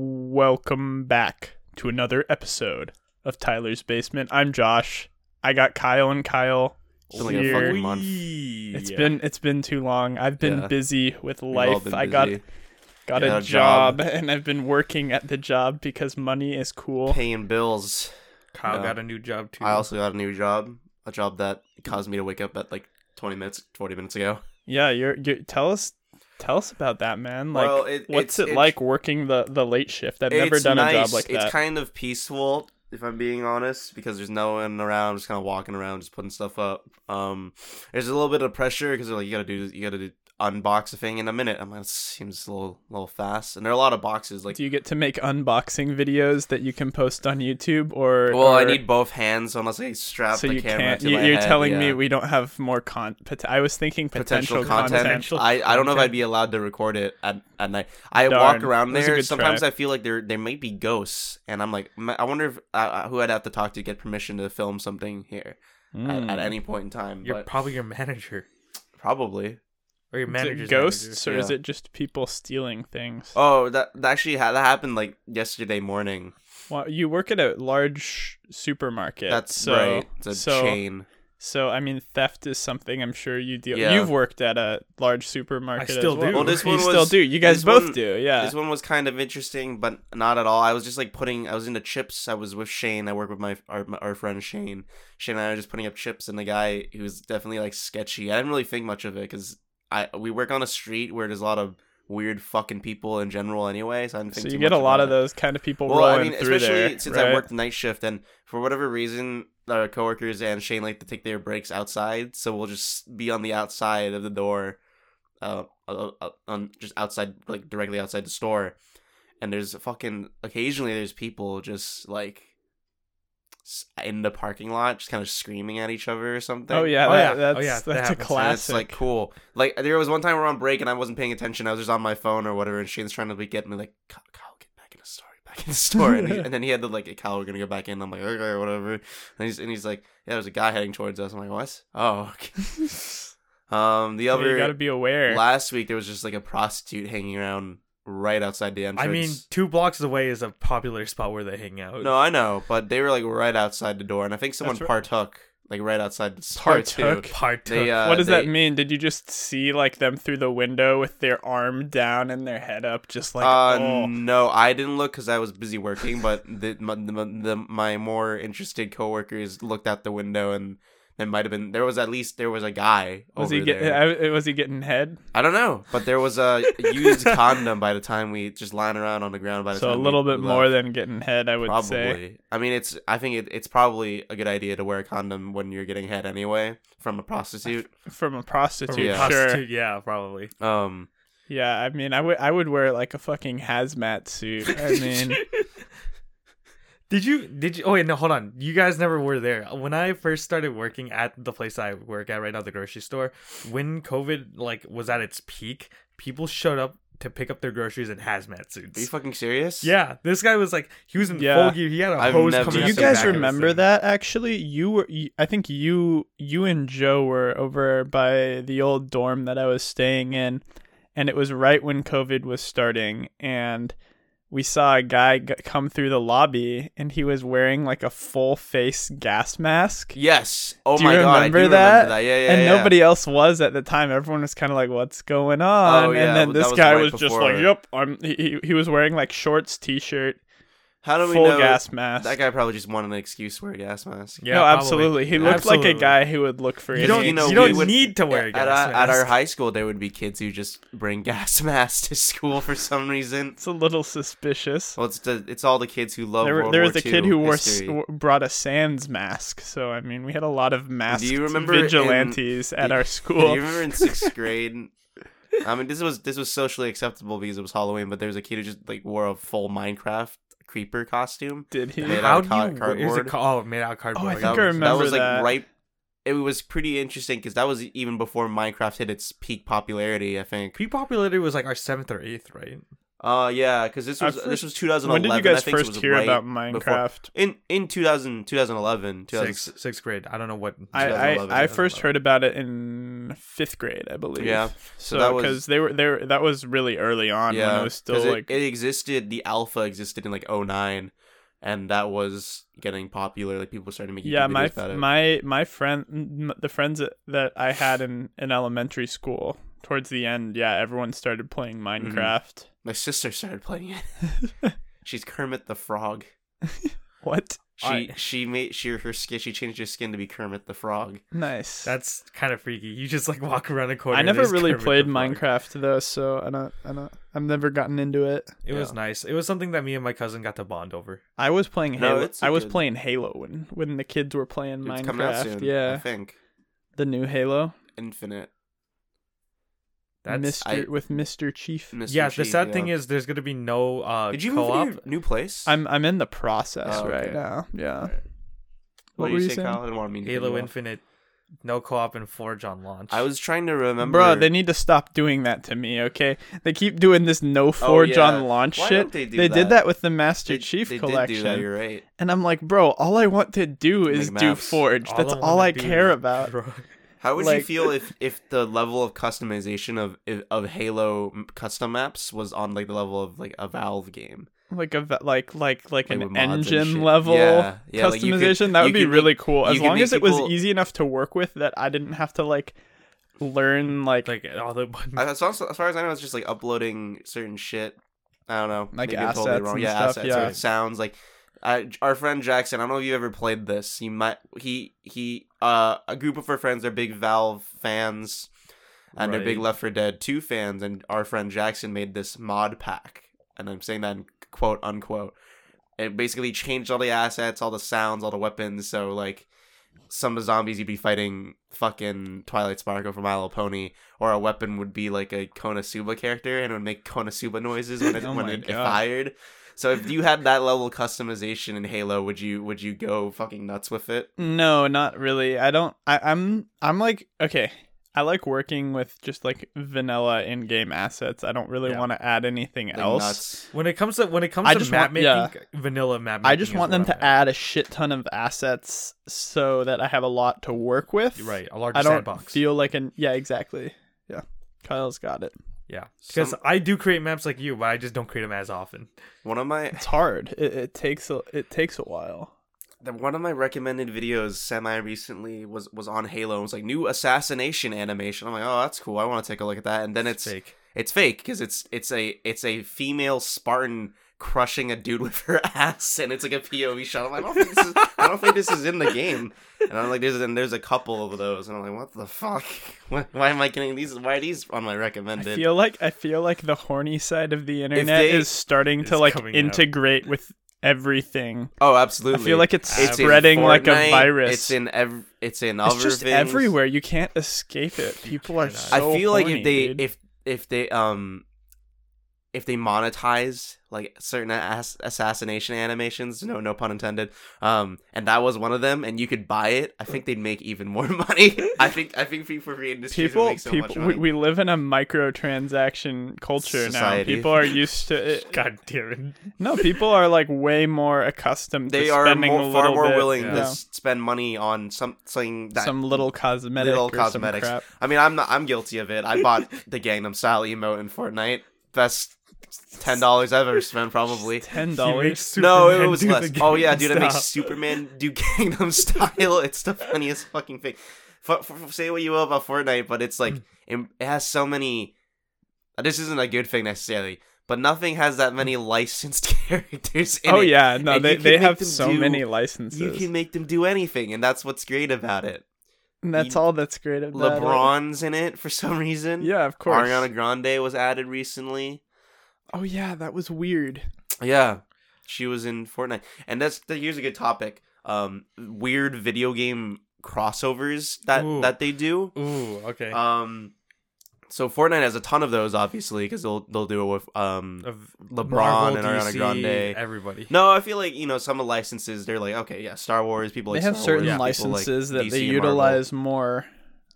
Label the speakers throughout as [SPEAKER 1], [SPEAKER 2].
[SPEAKER 1] welcome back to another episode of Tyler's Basement. I'm Josh. I got Kyle and Kyle.
[SPEAKER 2] It's been like a
[SPEAKER 1] here.
[SPEAKER 2] fucking month.
[SPEAKER 1] It's
[SPEAKER 3] It's
[SPEAKER 1] been it's been too long. I've been
[SPEAKER 2] Yeah.
[SPEAKER 1] busy with
[SPEAKER 2] We've all
[SPEAKER 1] life.
[SPEAKER 2] been
[SPEAKER 1] I got
[SPEAKER 2] busy.
[SPEAKER 1] got
[SPEAKER 2] Got
[SPEAKER 1] a
[SPEAKER 2] a
[SPEAKER 1] job
[SPEAKER 2] job.
[SPEAKER 1] and I've been working at the job because money is cool.
[SPEAKER 2] paying bills.
[SPEAKER 3] Kyle
[SPEAKER 2] Yeah.
[SPEAKER 3] got a new job too.
[SPEAKER 2] I also got a new job, a job that caused me to wake up at like 20 minutes, 40 minutes ago.
[SPEAKER 1] Yeah, you're, you're tell us tell us about that, man. Like
[SPEAKER 2] Well, it-
[SPEAKER 1] what's
[SPEAKER 2] it's-
[SPEAKER 1] it
[SPEAKER 2] it's-
[SPEAKER 1] like working the the late shift? I've never
[SPEAKER 2] It's
[SPEAKER 1] done
[SPEAKER 2] nice.
[SPEAKER 1] a job like
[SPEAKER 2] it's
[SPEAKER 1] that.
[SPEAKER 2] kind of peaceful, if I'm being honest, because there's no one around. I'm just kind of walking around, just putting stuff up. Um, there's a little bit of pressure because like you gotta do, you gotta do, unbox a thing in a minute. I'm like, it seems a little, little fast. And there are a lot of boxes. Like,
[SPEAKER 1] Do you get to make unboxing videos that you can post on YouTube or
[SPEAKER 2] well, I
[SPEAKER 1] or-
[SPEAKER 2] need both hands unless I strap
[SPEAKER 1] so
[SPEAKER 2] the
[SPEAKER 1] you
[SPEAKER 2] camera
[SPEAKER 1] can't.
[SPEAKER 2] to
[SPEAKER 1] You,
[SPEAKER 2] my
[SPEAKER 1] you're
[SPEAKER 2] head,
[SPEAKER 1] telling me
[SPEAKER 2] yeah.
[SPEAKER 1] we don't have more con. Pot- I was thinking potential,
[SPEAKER 2] potential content.
[SPEAKER 1] Potential
[SPEAKER 2] I, I don't know if I'd
[SPEAKER 1] content.
[SPEAKER 2] be allowed to record it at, at night. I
[SPEAKER 1] Darn,
[SPEAKER 2] walk around
[SPEAKER 1] that was a
[SPEAKER 2] there.
[SPEAKER 1] good
[SPEAKER 2] Sometimes
[SPEAKER 1] try.
[SPEAKER 2] I feel like there there might be ghosts, and I'm like, "Ma- I wonder if uh, who I'd have to talk to get permission to film something here
[SPEAKER 1] Mm.
[SPEAKER 2] at, at any point in time.
[SPEAKER 3] you're
[SPEAKER 2] but
[SPEAKER 3] probably your manager
[SPEAKER 2] probably.
[SPEAKER 3] or
[SPEAKER 1] Is
[SPEAKER 3] your
[SPEAKER 1] it
[SPEAKER 3] manager's
[SPEAKER 1] ghosts, or is
[SPEAKER 2] yeah.
[SPEAKER 1] it just people stealing things?
[SPEAKER 2] Oh, that, that actually ha- that happened like yesterday morning.
[SPEAKER 1] Well, you work at a large supermarket.
[SPEAKER 2] That's
[SPEAKER 1] so,
[SPEAKER 2] right. It's a
[SPEAKER 1] so,
[SPEAKER 2] chain.
[SPEAKER 1] So I mean, theft is something I'm sure you deal.
[SPEAKER 2] Yeah.
[SPEAKER 1] You've worked at a large supermarket.
[SPEAKER 3] I still
[SPEAKER 1] as well.
[SPEAKER 3] do. Well,
[SPEAKER 2] this
[SPEAKER 1] you
[SPEAKER 2] one
[SPEAKER 1] still
[SPEAKER 2] was-
[SPEAKER 1] do. You guys
[SPEAKER 2] this
[SPEAKER 1] both
[SPEAKER 2] one-
[SPEAKER 1] do. Yeah.
[SPEAKER 2] This one was kind of interesting, but not at all. I was just like putting. I was into chips. I was with Shane. I work with my our, my- our friend Shane. Shane and I were just putting up chips, and the guy who was definitely like sketchy. I didn't really think much of it because I we work on a street where there's a lot of weird fucking people in general. Anyway, so I didn't think.
[SPEAKER 1] So
[SPEAKER 2] too
[SPEAKER 1] you get a
[SPEAKER 2] much
[SPEAKER 1] lot
[SPEAKER 2] about
[SPEAKER 1] of
[SPEAKER 2] it.
[SPEAKER 1] those kind of people
[SPEAKER 2] Well, I
[SPEAKER 1] rolling
[SPEAKER 2] mean,
[SPEAKER 1] through
[SPEAKER 2] especially
[SPEAKER 1] there.
[SPEAKER 2] since I
[SPEAKER 1] right?
[SPEAKER 2] worked the night shift, and for whatever reason, our coworkers and Shane like to take their breaks outside, so we'll just be on the outside of the door, uh, uh, uh, on just outside, like directly outside the store, and there's fucking occasionally there's people just like s- in the parking lot, just kind of screaming at each other or something.
[SPEAKER 1] Oh yeah,
[SPEAKER 3] Oh,
[SPEAKER 1] that-
[SPEAKER 3] yeah. Oh,
[SPEAKER 1] that's
[SPEAKER 3] yeah, that
[SPEAKER 1] that's a
[SPEAKER 3] happens.
[SPEAKER 2] And
[SPEAKER 1] classic.
[SPEAKER 2] it's like cool. Like there was one time we were on break and I wasn't paying attention. I was just on my phone or whatever, and Shane's trying to like, get me like, Kyle, Kyle, get back in the store, get back in the store. And, he, and then he had to like, Kyle, we're gonna go back in. I'm like, okay, whatever. And he's and he's like, yeah, there's a guy heading towards us. I'm like, what? Oh, okay. um, the
[SPEAKER 1] Yeah, you got to
[SPEAKER 2] other
[SPEAKER 1] be aware.
[SPEAKER 2] last week there was just like a prostitute hanging around right outside the entrance.
[SPEAKER 3] I mean, two blocks away is a popular spot where they hang out.
[SPEAKER 2] no, I know, but they were like right outside the door, and I think someone
[SPEAKER 1] That's right.
[SPEAKER 2] partook like right outside the store too.
[SPEAKER 1] Partook?
[SPEAKER 3] part
[SPEAKER 2] They, uh,
[SPEAKER 1] what does that
[SPEAKER 2] they-
[SPEAKER 1] mean? Did you just see like them through the window with their arm down and their head up, just like
[SPEAKER 2] uh,
[SPEAKER 1] oh,
[SPEAKER 2] no, I didn't look because I was busy working, but the my, the, the, my more interested coworkers looked out the window and there might have been there was at least there was a guy
[SPEAKER 1] was
[SPEAKER 2] over
[SPEAKER 1] he getting
[SPEAKER 2] there.
[SPEAKER 1] I- was he getting head?
[SPEAKER 2] I, don't know, but there was a used condom by the time we just lying around on the ground. By the
[SPEAKER 1] So a
[SPEAKER 2] time we
[SPEAKER 1] little bit
[SPEAKER 2] left.
[SPEAKER 1] more than getting head, I would
[SPEAKER 2] probably.
[SPEAKER 1] say.
[SPEAKER 2] I mean, it's I think it, it's probably a good idea to wear a condom when you're getting head anyway from a prostitute.
[SPEAKER 1] From a prostitute,
[SPEAKER 2] Yeah.
[SPEAKER 1] sure.
[SPEAKER 3] prostitute, yeah, probably.
[SPEAKER 2] Um,
[SPEAKER 1] Yeah, I mean, I would I would wear like a fucking hazmat suit. I mean,
[SPEAKER 3] Did you? Did you? Oh wait, no, hold on. You guys never were there. When I first started working at the place I work at right now, the grocery store, when COVID like was at its peak, people showed up to pick up their groceries in hazmat
[SPEAKER 2] are you
[SPEAKER 3] suits.
[SPEAKER 2] fucking serious?
[SPEAKER 3] Yeah, this guy was like, he was in
[SPEAKER 1] Yeah.
[SPEAKER 3] full gear. He had a
[SPEAKER 2] I've
[SPEAKER 3] hose
[SPEAKER 2] never
[SPEAKER 3] coming.
[SPEAKER 1] do
[SPEAKER 2] Yes,
[SPEAKER 1] you
[SPEAKER 3] out the back
[SPEAKER 1] guys
[SPEAKER 3] of his
[SPEAKER 1] remember
[SPEAKER 3] thing.
[SPEAKER 1] that? Actually, you were. You, I think you you and Joe were over by the old dorm that I was staying in, and it was right when COVID was starting, and we saw a guy g- come through the lobby, and he was wearing like a full face gas mask.
[SPEAKER 2] Yes. Oh
[SPEAKER 1] Do you
[SPEAKER 2] my god, I do
[SPEAKER 1] remember
[SPEAKER 2] remember
[SPEAKER 1] that?
[SPEAKER 2] that. Yeah, yeah,
[SPEAKER 1] and
[SPEAKER 2] yeah.
[SPEAKER 1] nobody else was at the time. Everyone was kind of like, "What's going on?"
[SPEAKER 2] Oh, yeah,
[SPEAKER 1] and then
[SPEAKER 2] well,
[SPEAKER 1] this
[SPEAKER 2] that was
[SPEAKER 1] guy
[SPEAKER 2] right
[SPEAKER 1] was just
[SPEAKER 2] before-
[SPEAKER 1] like, "Yep, I'm." He, he- he was wearing like shorts, t-shirt,
[SPEAKER 2] How do we
[SPEAKER 1] full
[SPEAKER 2] know
[SPEAKER 1] gas mask.
[SPEAKER 2] That guy probably just wanted an excuse to wear a gas mask.
[SPEAKER 3] Yeah,
[SPEAKER 1] no,
[SPEAKER 3] probably.
[SPEAKER 1] absolutely. He looked like a
[SPEAKER 3] Absolutely.
[SPEAKER 1] guy who would look for
[SPEAKER 3] You
[SPEAKER 1] any
[SPEAKER 3] don't,
[SPEAKER 2] You
[SPEAKER 3] you
[SPEAKER 2] know, we
[SPEAKER 3] don't
[SPEAKER 2] would-
[SPEAKER 3] need to wear a
[SPEAKER 2] At,
[SPEAKER 3] gas
[SPEAKER 2] our, at
[SPEAKER 3] mask.
[SPEAKER 2] our high school, there would be kids who just bring gas masks to school for some reason.
[SPEAKER 1] It's a little suspicious.
[SPEAKER 2] Well, it's the, it's all the kids who love
[SPEAKER 1] there, were-
[SPEAKER 2] World
[SPEAKER 1] there
[SPEAKER 2] War
[SPEAKER 1] was a
[SPEAKER 2] II
[SPEAKER 1] kid who wore s-
[SPEAKER 2] history.
[SPEAKER 1] w- brought a sans mask, so I mean, we had a lot of masked
[SPEAKER 2] remember in-
[SPEAKER 1] vigilantes at
[SPEAKER 2] do-
[SPEAKER 1] our
[SPEAKER 2] Do you
[SPEAKER 1] school.
[SPEAKER 2] remember in sixth grade? I mean, this was this was socially acceptable because it was Halloween, but there was a kid who just like wore a full Minecraft creeper costume.
[SPEAKER 1] Did he?
[SPEAKER 2] made
[SPEAKER 3] How
[SPEAKER 2] out of
[SPEAKER 3] do
[SPEAKER 2] ca-
[SPEAKER 3] you? Here's a
[SPEAKER 2] cardboard.
[SPEAKER 3] call. Oh, made out of cardboard.
[SPEAKER 1] I
[SPEAKER 3] got
[SPEAKER 1] think
[SPEAKER 2] that
[SPEAKER 1] I
[SPEAKER 2] was,
[SPEAKER 1] remember
[SPEAKER 2] that was like
[SPEAKER 1] that.
[SPEAKER 2] right. It was pretty interesting because that was even before Minecraft hit its peak popularity. I think.
[SPEAKER 3] Peak popularity was like our seventh or eighth, right?
[SPEAKER 2] Uh, yeah, because this
[SPEAKER 1] I
[SPEAKER 2] was
[SPEAKER 1] first-
[SPEAKER 2] this was 2011.
[SPEAKER 1] When did you guys
[SPEAKER 2] I think so it
[SPEAKER 1] first
[SPEAKER 2] was
[SPEAKER 1] hear
[SPEAKER 2] right
[SPEAKER 1] about
[SPEAKER 2] before-
[SPEAKER 1] Minecraft?
[SPEAKER 2] In in 2000, 2011, 2000,
[SPEAKER 3] Sixth, sixth grade. I don't know what.
[SPEAKER 1] I,
[SPEAKER 2] 2011,
[SPEAKER 1] I, I first
[SPEAKER 2] 2011.
[SPEAKER 1] heard about it in fifth grade, I believe.
[SPEAKER 2] Yeah,
[SPEAKER 1] So
[SPEAKER 2] that was-
[SPEAKER 1] because they were there, that was really early on when it was
[SPEAKER 2] 'cause
[SPEAKER 1] still
[SPEAKER 2] it,
[SPEAKER 1] like
[SPEAKER 2] it existed. The alpha existed in like 09, and that was getting popular. Like people started making
[SPEAKER 1] yeah
[SPEAKER 2] YouTube
[SPEAKER 1] my
[SPEAKER 2] videos about it.
[SPEAKER 1] my my friend m- the friends that- that i had in in elementary school towards the end yeah everyone started playing minecraft
[SPEAKER 2] my sister started playing it. She's Kermit the Frog.
[SPEAKER 1] what
[SPEAKER 2] She
[SPEAKER 3] I-
[SPEAKER 2] she made she her skin. She changed her skin to be Kermit the Frog.
[SPEAKER 1] nice
[SPEAKER 3] That's kind of freaky. You just like walk around a corner.
[SPEAKER 1] i
[SPEAKER 3] and
[SPEAKER 1] never
[SPEAKER 3] there's
[SPEAKER 1] really
[SPEAKER 3] Kermit the
[SPEAKER 1] played
[SPEAKER 3] Frog.
[SPEAKER 1] minecraft though so i don't i don't i've never gotten into it
[SPEAKER 3] It was
[SPEAKER 2] Yeah.
[SPEAKER 3] nice. It was something that me and my cousin got to bond over.
[SPEAKER 1] i was playing
[SPEAKER 2] No,
[SPEAKER 1] halo
[SPEAKER 2] it's a
[SPEAKER 1] i was
[SPEAKER 2] good-
[SPEAKER 1] playing halo when when the kids were playing
[SPEAKER 2] It's coming out
[SPEAKER 1] minecraft
[SPEAKER 2] soon. I
[SPEAKER 1] yeah
[SPEAKER 2] think
[SPEAKER 1] the new halo
[SPEAKER 2] Infinite.
[SPEAKER 3] That's
[SPEAKER 1] mr
[SPEAKER 2] I-
[SPEAKER 1] with mr chief
[SPEAKER 2] Mr.
[SPEAKER 3] yeah.
[SPEAKER 2] Chief,
[SPEAKER 3] the sad
[SPEAKER 2] yeah.
[SPEAKER 3] thing is, there's gonna be no uh,
[SPEAKER 2] did you move
[SPEAKER 3] co-op.
[SPEAKER 2] to your new place?
[SPEAKER 1] i'm i'm in the process
[SPEAKER 2] Oh,
[SPEAKER 1] right
[SPEAKER 2] okay.
[SPEAKER 1] now yeah
[SPEAKER 2] Alright. What,
[SPEAKER 1] What
[SPEAKER 2] were
[SPEAKER 1] were
[SPEAKER 2] you
[SPEAKER 1] you
[SPEAKER 2] saying,
[SPEAKER 1] saying?
[SPEAKER 2] Kyle? I didn't want to mean to cut
[SPEAKER 3] Halo
[SPEAKER 2] you off.
[SPEAKER 3] Infinite, no co-op and Forge on launch.
[SPEAKER 2] I was trying to remember.
[SPEAKER 1] Bro, they need to stop doing that to me, okay? They keep doing this no forge
[SPEAKER 2] Oh, yeah.
[SPEAKER 1] on launch
[SPEAKER 2] Why
[SPEAKER 1] shit.
[SPEAKER 2] don't they do
[SPEAKER 1] did
[SPEAKER 2] that?
[SPEAKER 1] that with the Master
[SPEAKER 2] They-
[SPEAKER 1] Chief
[SPEAKER 2] they did do that,
[SPEAKER 1] collection.
[SPEAKER 2] you're right.
[SPEAKER 1] And I'm like, bro, all I want to do
[SPEAKER 2] Make
[SPEAKER 1] is do
[SPEAKER 2] maps.
[SPEAKER 1] forge. That's all
[SPEAKER 3] wanna
[SPEAKER 1] I
[SPEAKER 3] be
[SPEAKER 1] care
[SPEAKER 3] is
[SPEAKER 1] about.
[SPEAKER 3] draw-
[SPEAKER 2] How would you
[SPEAKER 1] Like-
[SPEAKER 2] feel if if the level of customization of if- of Halo m- custom maps was on like the level of like a Valve game,
[SPEAKER 1] Like a ve- like like like
[SPEAKER 2] Like with
[SPEAKER 1] an
[SPEAKER 2] mods and shit.
[SPEAKER 1] engine level
[SPEAKER 2] Yeah, yeah, like you could-
[SPEAKER 1] customization. that
[SPEAKER 2] you
[SPEAKER 1] would be
[SPEAKER 2] could
[SPEAKER 1] really
[SPEAKER 2] make-
[SPEAKER 1] cool. As
[SPEAKER 2] you could
[SPEAKER 1] long
[SPEAKER 2] make
[SPEAKER 1] as it
[SPEAKER 2] people-
[SPEAKER 1] was easy enough to work with that I didn't have to like learn like like,
[SPEAKER 3] Like all the buttons.
[SPEAKER 2] as, as as far as I know, it's just like uploading certain shit. I don't know,
[SPEAKER 1] Like
[SPEAKER 2] I'm
[SPEAKER 1] assets and
[SPEAKER 2] yeah,
[SPEAKER 1] stuff,
[SPEAKER 2] assets
[SPEAKER 1] yeah.
[SPEAKER 2] or sounds like. I, our friend Jackson, I don't know if you ever played this. He might he he uh a group of our friends are big Valve fans, and they're big
[SPEAKER 3] Right.
[SPEAKER 2] Left for Dead Two fans. And our friend Jackson made this mod pack, and I'm saying that in quote unquote. It basically changed all the assets, all the sounds, all the weapons. So like some zombies you'd be fighting fucking Twilight Sparkle from My Little Pony, or a weapon would be like a Konosuba character and it would make Konosuba noises when it,
[SPEAKER 1] Oh
[SPEAKER 2] when
[SPEAKER 1] my
[SPEAKER 2] it, it
[SPEAKER 1] God.
[SPEAKER 2] fired. So if you had that level of customization in Halo, would you would you go fucking nuts with it?
[SPEAKER 1] No, not really. I don't. I, I'm. I'm like okay. I like working with just like vanilla in-game assets. I don't really
[SPEAKER 3] Yeah.
[SPEAKER 1] want to add anything
[SPEAKER 2] Like
[SPEAKER 1] else.
[SPEAKER 2] nuts.
[SPEAKER 3] When it comes to when it comes
[SPEAKER 1] I
[SPEAKER 3] to
[SPEAKER 1] just want-
[SPEAKER 3] map making,
[SPEAKER 1] yeah.
[SPEAKER 3] vanilla map.
[SPEAKER 1] I
[SPEAKER 3] making
[SPEAKER 1] just
[SPEAKER 3] is
[SPEAKER 1] want
[SPEAKER 3] what
[SPEAKER 1] them
[SPEAKER 3] I'm
[SPEAKER 1] to
[SPEAKER 3] at.
[SPEAKER 1] add a shit ton of assets so that I have a lot to work with.
[SPEAKER 3] You're right a larger
[SPEAKER 1] I don't
[SPEAKER 3] sandbox.
[SPEAKER 1] feel like an yeah exactly yeah. Kyle's got it.
[SPEAKER 3] yeah, because
[SPEAKER 2] Some-
[SPEAKER 3] I do create maps like you, but I just don't create them as often.
[SPEAKER 2] One of my
[SPEAKER 1] It's hard. It, it takes a it takes a while.
[SPEAKER 2] the, one of my recommended videos semi recently was was on Halo. It was like new assassination animation. I'm like, oh, that's cool. I want to take a look at that. And then it's
[SPEAKER 3] fake.
[SPEAKER 2] it's fake because it's it's a it's a female Spartan crushing a dude with her ass, and it's like a POV shot. I'm like, I don't think this is, I don't think this is in the game. And I'm like, there's and there's a couple of those, and I'm like, what the fuck? Why, why am I getting these? Why are these on my
[SPEAKER 1] I
[SPEAKER 2] recommended?
[SPEAKER 1] feel like I feel like the horny side of the internet
[SPEAKER 2] they-
[SPEAKER 1] is starting to
[SPEAKER 3] It's
[SPEAKER 1] like
[SPEAKER 3] coming out.
[SPEAKER 1] integrate with everything.
[SPEAKER 2] oh,
[SPEAKER 1] I
[SPEAKER 2] absolutely.
[SPEAKER 1] feel like it's,
[SPEAKER 2] It's in
[SPEAKER 1] spreading like a
[SPEAKER 2] Fortnite,
[SPEAKER 1] virus.
[SPEAKER 2] It's in ev- it's in other
[SPEAKER 1] it's just
[SPEAKER 2] things.
[SPEAKER 1] everywhere. You can't escape it. People are.
[SPEAKER 3] cannot.
[SPEAKER 1] So
[SPEAKER 2] I feel like
[SPEAKER 1] horny,
[SPEAKER 2] if they
[SPEAKER 1] dude.
[SPEAKER 2] if if they um if they monetized like certain ass- assassination animations, no no pun intended, um, and that was one of them, and you could buy it, I think they'd make even more money. I think I think people free industries would
[SPEAKER 1] people
[SPEAKER 2] make so much
[SPEAKER 1] people
[SPEAKER 2] money.
[SPEAKER 1] we, we live in a microtransaction culture
[SPEAKER 2] Society.
[SPEAKER 1] now. People are used to it.
[SPEAKER 3] God damn it!
[SPEAKER 1] No, people are like way more accustomed.
[SPEAKER 2] they
[SPEAKER 1] to
[SPEAKER 2] are
[SPEAKER 1] spending
[SPEAKER 2] more,
[SPEAKER 1] a
[SPEAKER 2] far
[SPEAKER 1] little
[SPEAKER 2] more
[SPEAKER 1] bit,
[SPEAKER 2] willing
[SPEAKER 1] you
[SPEAKER 2] to
[SPEAKER 1] know,
[SPEAKER 2] s- spend money on something that
[SPEAKER 1] some little cosmetic
[SPEAKER 2] little
[SPEAKER 1] or
[SPEAKER 2] cosmetics.
[SPEAKER 1] some crap.
[SPEAKER 2] I mean, I'm not, I'm guilty of it. I bought the Gangnam Style emote in Fortnite. Best ten dollars I've ever spent, probably.
[SPEAKER 1] Ten
[SPEAKER 3] You make
[SPEAKER 1] dollars.
[SPEAKER 2] No, it
[SPEAKER 3] Superman
[SPEAKER 2] was
[SPEAKER 3] do the
[SPEAKER 2] less. Oh yeah,
[SPEAKER 3] Gangnam
[SPEAKER 2] dude, it makes
[SPEAKER 3] Style.
[SPEAKER 2] Superman do Gangnam Style. It's the funniest fucking thing. F- f- say what you will about Fortnite, but it's like
[SPEAKER 1] Mm.
[SPEAKER 2] it, it has so many. This isn't a good thing necessarily, but nothing has that many licensed characters. in
[SPEAKER 1] Mm. Oh
[SPEAKER 2] it.
[SPEAKER 1] yeah, no,
[SPEAKER 2] and you
[SPEAKER 1] they
[SPEAKER 2] can
[SPEAKER 1] they
[SPEAKER 2] make
[SPEAKER 1] have
[SPEAKER 2] them
[SPEAKER 1] so
[SPEAKER 2] do-
[SPEAKER 1] many
[SPEAKER 2] you
[SPEAKER 1] licenses,
[SPEAKER 2] can make them do anything, and that's what's great about it.
[SPEAKER 1] and that's
[SPEAKER 2] you-
[SPEAKER 1] all that's great about it.
[SPEAKER 2] LeBron's in it for some reason.
[SPEAKER 1] Yeah, of course.
[SPEAKER 2] Ariana Grande was added recently.
[SPEAKER 1] Oh yeah, that was weird.
[SPEAKER 2] Yeah, she was in Fortnite, and that's that, here's a good topic. Um, weird video game crossovers that
[SPEAKER 3] Ooh.
[SPEAKER 2] that they do.
[SPEAKER 3] Ooh, okay.
[SPEAKER 2] Um, so Fortnite has a ton of those, obviously, because they'll they'll do it with um.
[SPEAKER 3] of
[SPEAKER 2] LeBron
[SPEAKER 3] Marvel,
[SPEAKER 2] and Ariana
[SPEAKER 3] DC,
[SPEAKER 2] Grande.
[SPEAKER 3] everybody.
[SPEAKER 2] No, I feel like you know some of the licenses. They're like, okay, yeah, Star Wars. People
[SPEAKER 1] They
[SPEAKER 2] like
[SPEAKER 1] have
[SPEAKER 2] Star
[SPEAKER 1] certain
[SPEAKER 2] Wars, people like
[SPEAKER 1] licenses that
[SPEAKER 2] DC
[SPEAKER 1] they
[SPEAKER 2] and Marvel.
[SPEAKER 1] utilize more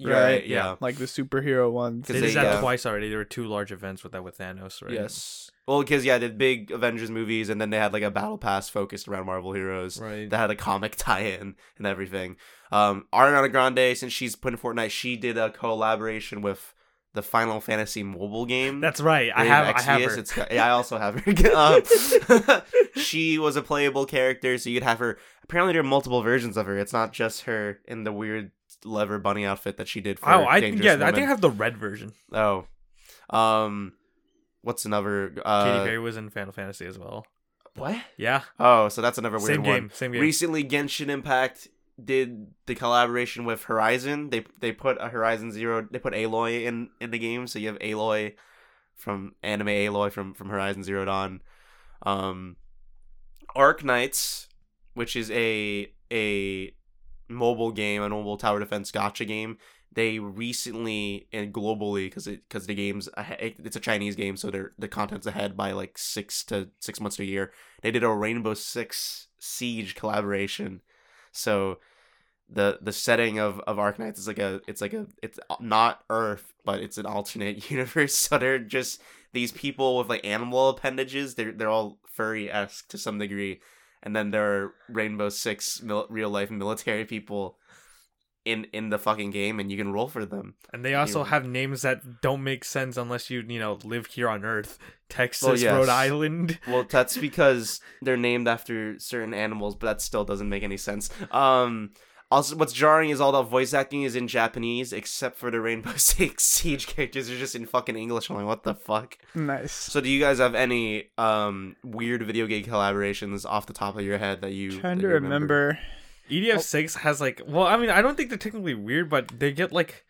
[SPEAKER 2] Right, yeah.
[SPEAKER 1] Like the superhero ones.
[SPEAKER 2] 'Cause
[SPEAKER 3] They did
[SPEAKER 2] they,
[SPEAKER 3] that
[SPEAKER 2] uh,
[SPEAKER 3] twice already. There were two large events with that with Thanos, right?
[SPEAKER 2] Yes. Well, because yeah, they did big Avengers movies, and then they had like a battle pass focused around Marvel heroes
[SPEAKER 3] Right.
[SPEAKER 2] that had a comic tie-in and everything. Um, Ariana Grande, since she's put in Fortnite, she did a collaboration with the Final Fantasy mobile game.
[SPEAKER 3] That's right. I
[SPEAKER 2] Brave
[SPEAKER 3] have. I have
[SPEAKER 2] Exvius.
[SPEAKER 3] her.
[SPEAKER 2] It's got- yeah, I also have her. Um, she was a playable character, so you could have her. Apparently, there are multiple versions of her. It's not just her in the weird lever bunny outfit that she did for
[SPEAKER 3] Oh, I think
[SPEAKER 2] Dangerous
[SPEAKER 3] yeah. I
[SPEAKER 2] Woman.
[SPEAKER 3] think I have the red version.
[SPEAKER 2] Oh. Um what's another
[SPEAKER 3] Katy
[SPEAKER 2] uh
[SPEAKER 3] Perry was in Final Fantasy as well.
[SPEAKER 2] what?
[SPEAKER 3] Yeah,
[SPEAKER 2] Oh, so that's another weird
[SPEAKER 3] same
[SPEAKER 2] one.
[SPEAKER 3] game, same game.
[SPEAKER 2] Recently Genshin Impact did the collaboration with Horizon. They they put a Horizon Zero they put Aloy in in the game, so you have Aloy from anime Aloy from from Horizon Zero Dawn. Um Arc Knights, which is a a mobile game, a mobile tower defense gotcha game. They recently and globally because it because the game's ahe- it's a Chinese game, so their the content's ahead by like six to six months to a year. They did a Rainbow Six Siege collaboration, so the the setting of of Arc Knights is like a it's like a it's not Earth, but it's an alternate universe. So they're just these people with like animal appendages. They're they're all furry esque to some degree, and then there are Rainbow Six mil- real life military people in in the fucking game, and you can roll for them.
[SPEAKER 3] and they also
[SPEAKER 2] Yeah.
[SPEAKER 3] have names that don't make sense unless you you know live here on Earth, Texas,
[SPEAKER 2] yes.
[SPEAKER 3] Rhode Island.
[SPEAKER 2] Well, that's because they're named after certain animals, but that still doesn't make any sense. Um, also, what's jarring is all the voice acting is in Japanese, except for the Rainbow Six Siege characters are just in fucking English. I'm like, what the fuck?
[SPEAKER 1] Nice.
[SPEAKER 2] So, do you guys have any um weird video game collaborations off the top of your head that you
[SPEAKER 1] Trying
[SPEAKER 2] that
[SPEAKER 1] to
[SPEAKER 2] you
[SPEAKER 1] remember.
[SPEAKER 2] Oh.
[SPEAKER 3] EDF E six has like well, I mean, I don't think they're technically weird, but they get like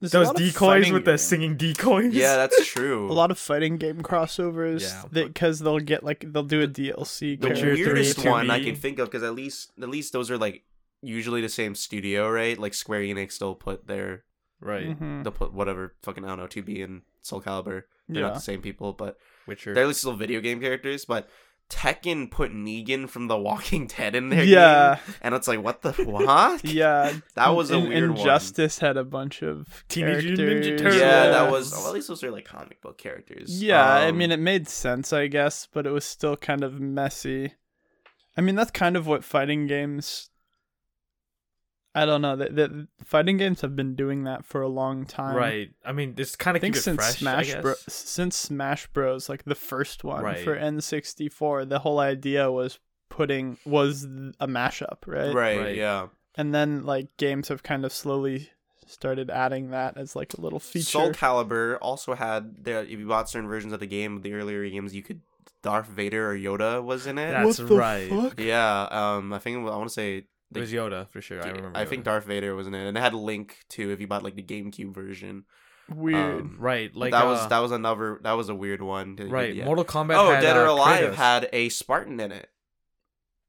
[SPEAKER 1] There's a
[SPEAKER 3] those
[SPEAKER 1] lot of
[SPEAKER 3] decoys
[SPEAKER 1] fighting
[SPEAKER 3] with the
[SPEAKER 1] game.
[SPEAKER 3] singing decoys.
[SPEAKER 2] Yeah, that's
[SPEAKER 1] A
[SPEAKER 2] true.
[SPEAKER 1] lot of fighting game crossovers
[SPEAKER 3] Yeah.
[SPEAKER 1] because they'll get like they'll do a DLC.
[SPEAKER 2] the
[SPEAKER 3] Witcher three,
[SPEAKER 1] character.
[SPEAKER 2] weirdest
[SPEAKER 3] to
[SPEAKER 2] one I
[SPEAKER 3] me.
[SPEAKER 2] can think of because at least at least those are like usually the same studio, right? Like Square Enix still put their
[SPEAKER 3] right.
[SPEAKER 1] Mhm.
[SPEAKER 2] they'll put whatever fucking I don't know two B and Soul Calibur. They're not
[SPEAKER 1] Yeah.
[SPEAKER 2] the same people, but
[SPEAKER 3] Witcher.
[SPEAKER 2] they're at least still video game characters. But Tekken put Negan from The Walking Dead in there,
[SPEAKER 1] Yeah.
[SPEAKER 2] and it's like what the what?
[SPEAKER 1] Yeah.
[SPEAKER 2] that was a
[SPEAKER 1] In-
[SPEAKER 2] weird
[SPEAKER 1] Injustice had a bunch of
[SPEAKER 3] Teenage Mutant Ninja
[SPEAKER 1] characters.
[SPEAKER 2] one.
[SPEAKER 3] Turtles.
[SPEAKER 2] Yeah, that was. Well, at least those are like comic book characters.
[SPEAKER 1] Yeah, I
[SPEAKER 2] Um,
[SPEAKER 1] mean it made sense, I guess, but it was still kind of messy. I mean that's kind of what fighting games. I don't know that that fighting games have been doing that for a long time.
[SPEAKER 3] right. I mean, it's kind
[SPEAKER 1] I
[SPEAKER 3] of keep
[SPEAKER 1] think
[SPEAKER 3] it
[SPEAKER 1] since
[SPEAKER 3] fresh. I
[SPEAKER 1] Smash
[SPEAKER 3] guess.
[SPEAKER 1] Bros. Since Smash Bros. Like the first one
[SPEAKER 3] Right.
[SPEAKER 1] for N sixty four, the whole idea was putting was a mashup, right?
[SPEAKER 2] right,
[SPEAKER 3] Right.
[SPEAKER 2] Yeah,
[SPEAKER 1] And then like games have kind of slowly started adding that as like a little feature.
[SPEAKER 2] Soul Calibur also had their. If you bought certain versions of the game, the earlier games, you could Darth Vader or Yoda was in it.
[SPEAKER 3] That- That's
[SPEAKER 1] what the
[SPEAKER 3] right.
[SPEAKER 1] fuck?
[SPEAKER 2] yeah, um, I think I want to say
[SPEAKER 3] It was Yoda for sure. I remember.
[SPEAKER 2] I think
[SPEAKER 3] Yoda.
[SPEAKER 2] Darth Vader was in it, and it had Link too. If you bought like the GameCube version,
[SPEAKER 1] Weird.
[SPEAKER 2] Um,
[SPEAKER 3] Right, like
[SPEAKER 2] that was
[SPEAKER 3] uh,
[SPEAKER 2] that was another that was a weird one. to-
[SPEAKER 3] Right,
[SPEAKER 2] yeah.
[SPEAKER 3] Mortal Kombat.
[SPEAKER 2] Oh,
[SPEAKER 3] had,
[SPEAKER 2] Dead or
[SPEAKER 3] uh,
[SPEAKER 2] Alive
[SPEAKER 3] Kratos.
[SPEAKER 2] had a Spartan in it.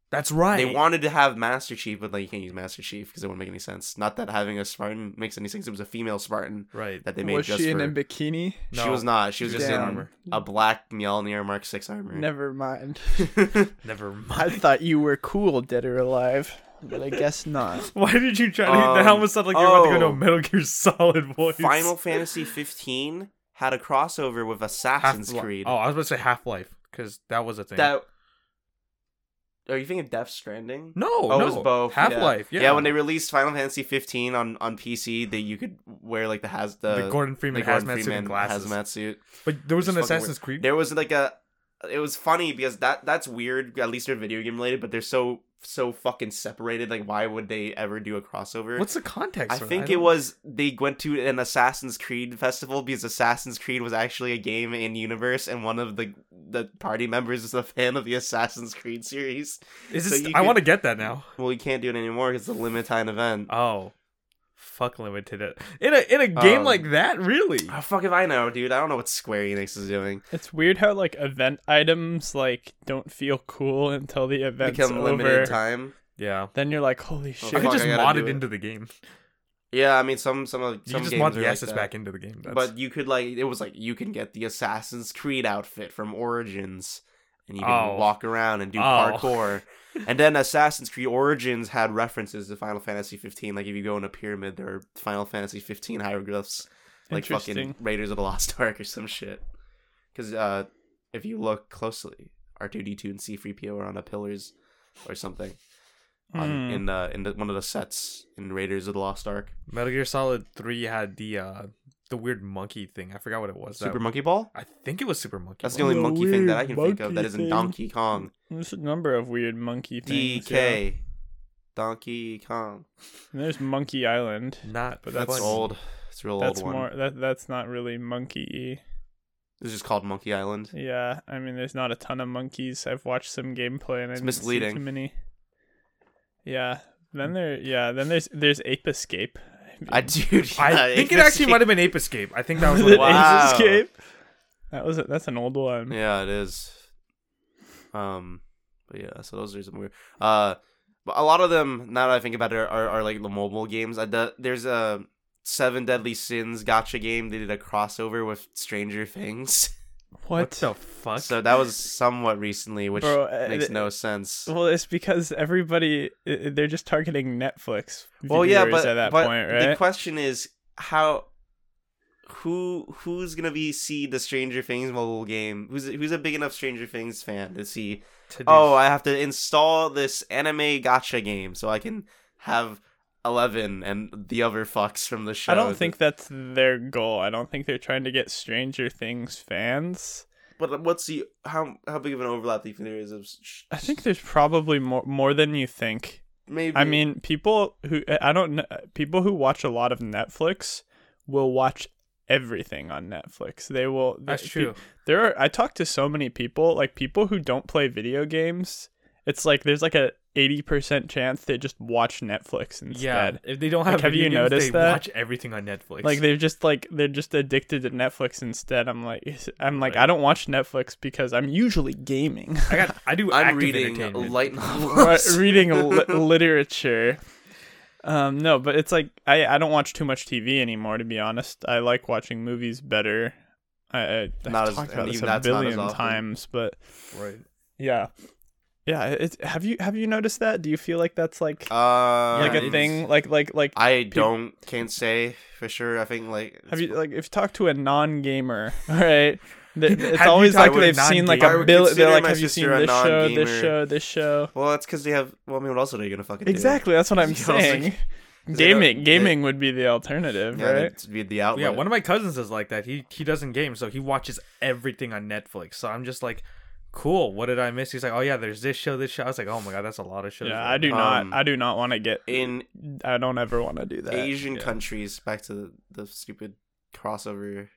[SPEAKER 3] That's right.
[SPEAKER 2] They wanted to have Master Chief, but like you can't use Master Chief because it wouldn't make any sense. Not that having a Spartan makes any sense. It was a female Spartan
[SPEAKER 3] right.
[SPEAKER 2] that they made
[SPEAKER 1] was
[SPEAKER 2] just
[SPEAKER 1] she in
[SPEAKER 2] for.
[SPEAKER 1] a bikini?
[SPEAKER 2] she
[SPEAKER 3] No.
[SPEAKER 2] was not. She was just
[SPEAKER 1] Damn.
[SPEAKER 2] in a black Mjolnir Mark Six armor.
[SPEAKER 1] Never mind.
[SPEAKER 3] Never
[SPEAKER 1] I
[SPEAKER 3] mind.
[SPEAKER 1] thought you were cool, dead or alive, but I guess not.
[SPEAKER 3] Why did you try to? that
[SPEAKER 2] Um,
[SPEAKER 3] almost sounded like you were about to go to
[SPEAKER 2] oh.
[SPEAKER 3] a Metal Gear Solid voice.
[SPEAKER 2] Final Fantasy 15 had a crossover with Assassin's
[SPEAKER 3] Half-Li-
[SPEAKER 2] Creed.
[SPEAKER 3] Oh, I was about to say Half Life because that was a thing.
[SPEAKER 2] that. Are you thinking Death Stranding?
[SPEAKER 3] no,
[SPEAKER 2] Oh,
[SPEAKER 3] no,
[SPEAKER 2] it was both.
[SPEAKER 3] Half Life. Yeah.
[SPEAKER 2] when they released Final Fantasy 15 on on PC, that you could wear like the has the,
[SPEAKER 3] the Gordon Freeman
[SPEAKER 2] the Gordon
[SPEAKER 3] hazmat suit and glasses.
[SPEAKER 2] hazmat suit.
[SPEAKER 3] But there was
[SPEAKER 2] It's
[SPEAKER 3] an
[SPEAKER 2] fucking
[SPEAKER 3] Assassin's Creed.
[SPEAKER 2] There was like a it was funny because that that's weird. At least they're video game related, but they're so so fucking separated. Like, why would they ever do a crossover?
[SPEAKER 3] What's the context?
[SPEAKER 2] I
[SPEAKER 3] for that?
[SPEAKER 2] think it
[SPEAKER 3] don't-
[SPEAKER 2] was they went to an Assassin's Creed festival because Assassin's Creed was actually a game in universe, and one of the the party members is a fan of the Assassin's Creed series.
[SPEAKER 3] Is
[SPEAKER 2] so
[SPEAKER 3] this,
[SPEAKER 2] you
[SPEAKER 3] I
[SPEAKER 2] could-
[SPEAKER 3] want to get that now.
[SPEAKER 2] Well, you can't do it anymore because it's a limit time event.
[SPEAKER 3] Oh, fuck! Limited it in a in a game
[SPEAKER 2] Um,
[SPEAKER 3] like that. Really?
[SPEAKER 2] How Oh, fuck if I know, dude? I don't know what Square Enix is doing.
[SPEAKER 1] It's weird how like event items like don't feel cool until the event's
[SPEAKER 2] Become
[SPEAKER 1] over.
[SPEAKER 2] limited time.
[SPEAKER 3] Yeah.
[SPEAKER 1] Then you're like, holy
[SPEAKER 2] Oh,
[SPEAKER 1] shit!
[SPEAKER 3] I could
[SPEAKER 2] fuck,
[SPEAKER 3] just
[SPEAKER 2] I gotta
[SPEAKER 3] mod
[SPEAKER 2] do
[SPEAKER 3] it
[SPEAKER 2] it.
[SPEAKER 3] into the game.
[SPEAKER 2] Yeah, I mean some some of
[SPEAKER 3] You
[SPEAKER 2] some
[SPEAKER 3] can just
[SPEAKER 2] games
[SPEAKER 3] mod
[SPEAKER 2] are
[SPEAKER 3] the
[SPEAKER 2] like
[SPEAKER 3] assets
[SPEAKER 2] that.
[SPEAKER 3] back into the game. That's...
[SPEAKER 2] But you could like it was like you can get the Assassin's Creed outfit from Origins, and you can
[SPEAKER 3] Oh.
[SPEAKER 2] walk around and do
[SPEAKER 3] Oh.
[SPEAKER 2] parkour. and then Assassin's Creed Origins had references to Final Fantasy 15. Like if you go in a pyramid, there are Final Fantasy 15 hieroglyphs, like
[SPEAKER 1] Interesting.
[SPEAKER 2] fucking Raiders of the Lost Ark or some shit. Because uh, if you look closely, R2D2 and C3PO are on the pillars or something on,
[SPEAKER 1] Hmm.
[SPEAKER 2] in the in the, one of the sets in Raiders of the Lost Ark.
[SPEAKER 3] Metal Gear Solid Three had the uh the weird monkey thing. I forgot what it was.
[SPEAKER 2] Super
[SPEAKER 3] that,
[SPEAKER 2] Monkey Ball.
[SPEAKER 3] I think it was Super Monkey.
[SPEAKER 2] That's the
[SPEAKER 3] Ball.
[SPEAKER 2] only
[SPEAKER 1] The
[SPEAKER 2] monkey thing that I
[SPEAKER 1] Oh, weird
[SPEAKER 2] can think of
[SPEAKER 1] monkey
[SPEAKER 2] that isn't
[SPEAKER 1] thing.
[SPEAKER 2] Donkey Kong.
[SPEAKER 1] There's a number of weird monkey things. yeah.
[SPEAKER 2] DK. Donkey Kong.
[SPEAKER 1] And there's Monkey Island.
[SPEAKER 3] Not,
[SPEAKER 1] But
[SPEAKER 2] That's
[SPEAKER 1] That's-
[SPEAKER 2] old. It's a real
[SPEAKER 1] That's
[SPEAKER 2] old one.
[SPEAKER 1] more that that's not really monkey.
[SPEAKER 2] This is called Monkey Island.
[SPEAKER 1] Yeah, I mean there's not a ton of monkeys. I've watched some gameplay and I
[SPEAKER 2] It's
[SPEAKER 1] didn't see
[SPEAKER 2] misleading.
[SPEAKER 1] too many. Yeah. Then there yeah, then there's there's Ape Escape.
[SPEAKER 2] I dude.
[SPEAKER 3] I
[SPEAKER 2] yeah,
[SPEAKER 3] think it
[SPEAKER 2] Ape
[SPEAKER 3] actually
[SPEAKER 2] Escape-
[SPEAKER 3] might have been Ape Escape. I think that was
[SPEAKER 1] Was it
[SPEAKER 3] what it was.
[SPEAKER 2] Wow.
[SPEAKER 1] Ape Escape? That was a, that's an old one.
[SPEAKER 2] Yeah, it is. Um, but yeah, so those are some weird. Uh, but a lot of them now that I think about it are, are, are like the mobile games. I the, there's a Seven Deadly Sins gotcha game. They did a crossover with Stranger Things,
[SPEAKER 3] What
[SPEAKER 1] What?
[SPEAKER 3] the fuck?
[SPEAKER 2] so that was somewhat recently, which
[SPEAKER 1] Bro, uh,
[SPEAKER 2] makes
[SPEAKER 1] th-
[SPEAKER 2] no sense.
[SPEAKER 1] well, it's because everybody i- i- they're just targeting Netflix.
[SPEAKER 2] well yeah
[SPEAKER 1] viewers
[SPEAKER 2] but,
[SPEAKER 1] at that
[SPEAKER 2] but
[SPEAKER 1] point,
[SPEAKER 2] the
[SPEAKER 1] right?
[SPEAKER 2] question is how who who's gonna be see the stranger things mobile game who's who's a big enough stranger things fan to see
[SPEAKER 3] To do-
[SPEAKER 2] oh i have to install this anime gotcha game so i can have 11 and the other fucks from the show
[SPEAKER 1] I don't think that's their goal. I don't think they're trying to get Stranger Things fans.
[SPEAKER 2] but what's the how how big of an overlap do you think there is of sh-
[SPEAKER 1] I think there's probably more more than you think.
[SPEAKER 2] maybe
[SPEAKER 1] I mean, people who I don't know, people who watch a lot of Netflix will watch everything on Netflix. They will.
[SPEAKER 3] that's
[SPEAKER 1] pe-
[SPEAKER 3] true.
[SPEAKER 1] There are. I talk to so many people, like people who don't play video games. It's like there's like a eighty percent chance they just watch Netflix
[SPEAKER 3] Yeah,
[SPEAKER 1] instead.
[SPEAKER 3] if they don't have,
[SPEAKER 1] have you
[SPEAKER 3] video games,
[SPEAKER 1] noticed
[SPEAKER 3] they
[SPEAKER 1] that?
[SPEAKER 3] Watch everything on Netflix.
[SPEAKER 1] Like they're just like they're just addicted to Netflix instead. I'm like I'm like I don't watch Netflix because I'm usually gaming,
[SPEAKER 3] I got, I do.
[SPEAKER 2] i'm
[SPEAKER 3] active
[SPEAKER 2] reading
[SPEAKER 3] entertainment.
[SPEAKER 2] light
[SPEAKER 1] Or
[SPEAKER 2] novels
[SPEAKER 1] reading li- literature. Um, no, but it's like I I don't watch too much TV anymore. To be honest, I like watching movies better. I, I I've
[SPEAKER 2] Not as-
[SPEAKER 1] talked about
[SPEAKER 2] and
[SPEAKER 1] this
[SPEAKER 2] even
[SPEAKER 1] a
[SPEAKER 2] that's not as
[SPEAKER 1] billion
[SPEAKER 2] often.
[SPEAKER 1] times, but
[SPEAKER 3] right?
[SPEAKER 1] yeah, yeah. It's, have you have you noticed that? Do you feel like that's like
[SPEAKER 2] uh
[SPEAKER 1] like a
[SPEAKER 2] it's-
[SPEAKER 1] thing? Like like like
[SPEAKER 2] i don't can't say for sure i think like
[SPEAKER 1] Have you like if you talk to a non-gamer, all right? th- It's
[SPEAKER 3] Have you
[SPEAKER 1] always
[SPEAKER 3] talked
[SPEAKER 1] like
[SPEAKER 3] to a
[SPEAKER 1] they've seen like
[SPEAKER 3] non-gamer?
[SPEAKER 2] I
[SPEAKER 1] a
[SPEAKER 2] would
[SPEAKER 1] bill.
[SPEAKER 2] consider
[SPEAKER 1] They're like,
[SPEAKER 2] my
[SPEAKER 1] have you seen
[SPEAKER 2] sister a
[SPEAKER 1] this show, this
[SPEAKER 2] non-gamer.
[SPEAKER 1] show, this show?
[SPEAKER 2] Well, that's because they have. Well, I mean, what else are they gonna fucking do?
[SPEAKER 1] Exactly, that's what I'm
[SPEAKER 2] You know, it's like-
[SPEAKER 1] saying.
[SPEAKER 2] 'Cause they don't-
[SPEAKER 1] Gaming,
[SPEAKER 2] they-
[SPEAKER 1] gaming would be the alternative,
[SPEAKER 2] Yeah,
[SPEAKER 1] right?
[SPEAKER 2] that's be the outlet.
[SPEAKER 3] Yeah, one of my cousins is like that. He he doesn't game, so he watches everything on Netflix. So I'm just like, cool. What did I miss? He's like, oh yeah, there's this show, this show. I was like, oh my god, that's a lot of shows.
[SPEAKER 1] Yeah, I do not.
[SPEAKER 2] Um,
[SPEAKER 1] I do not want to get.
[SPEAKER 2] in
[SPEAKER 1] I don't ever want to do that.
[SPEAKER 2] Asian
[SPEAKER 3] yeah.
[SPEAKER 2] countries. Back to the, the stupid crossover.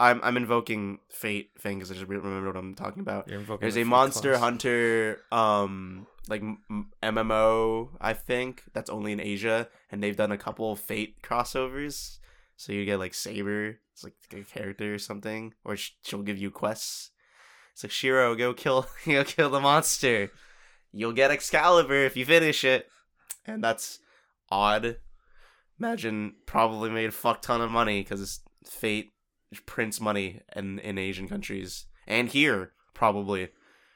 [SPEAKER 2] I'm I'm invoking fate thing because I just remember what I'm talking about.
[SPEAKER 3] You're invoking
[SPEAKER 2] There's
[SPEAKER 3] the
[SPEAKER 2] a
[SPEAKER 3] food
[SPEAKER 2] Monster
[SPEAKER 3] clause.
[SPEAKER 2] Hunter, um, like m- MMO. I think that's only in Asia, and they've done a couple of Fate crossovers. So you get like Saber, it's like a character or something, or sh- she'll give you quests. It's like Shiro, go kill, go kill the monster. You'll get Excalibur if you finish it, and that's odd. Imagine probably made a fuck ton of money because Fate prints money in in Asian countries and here probably.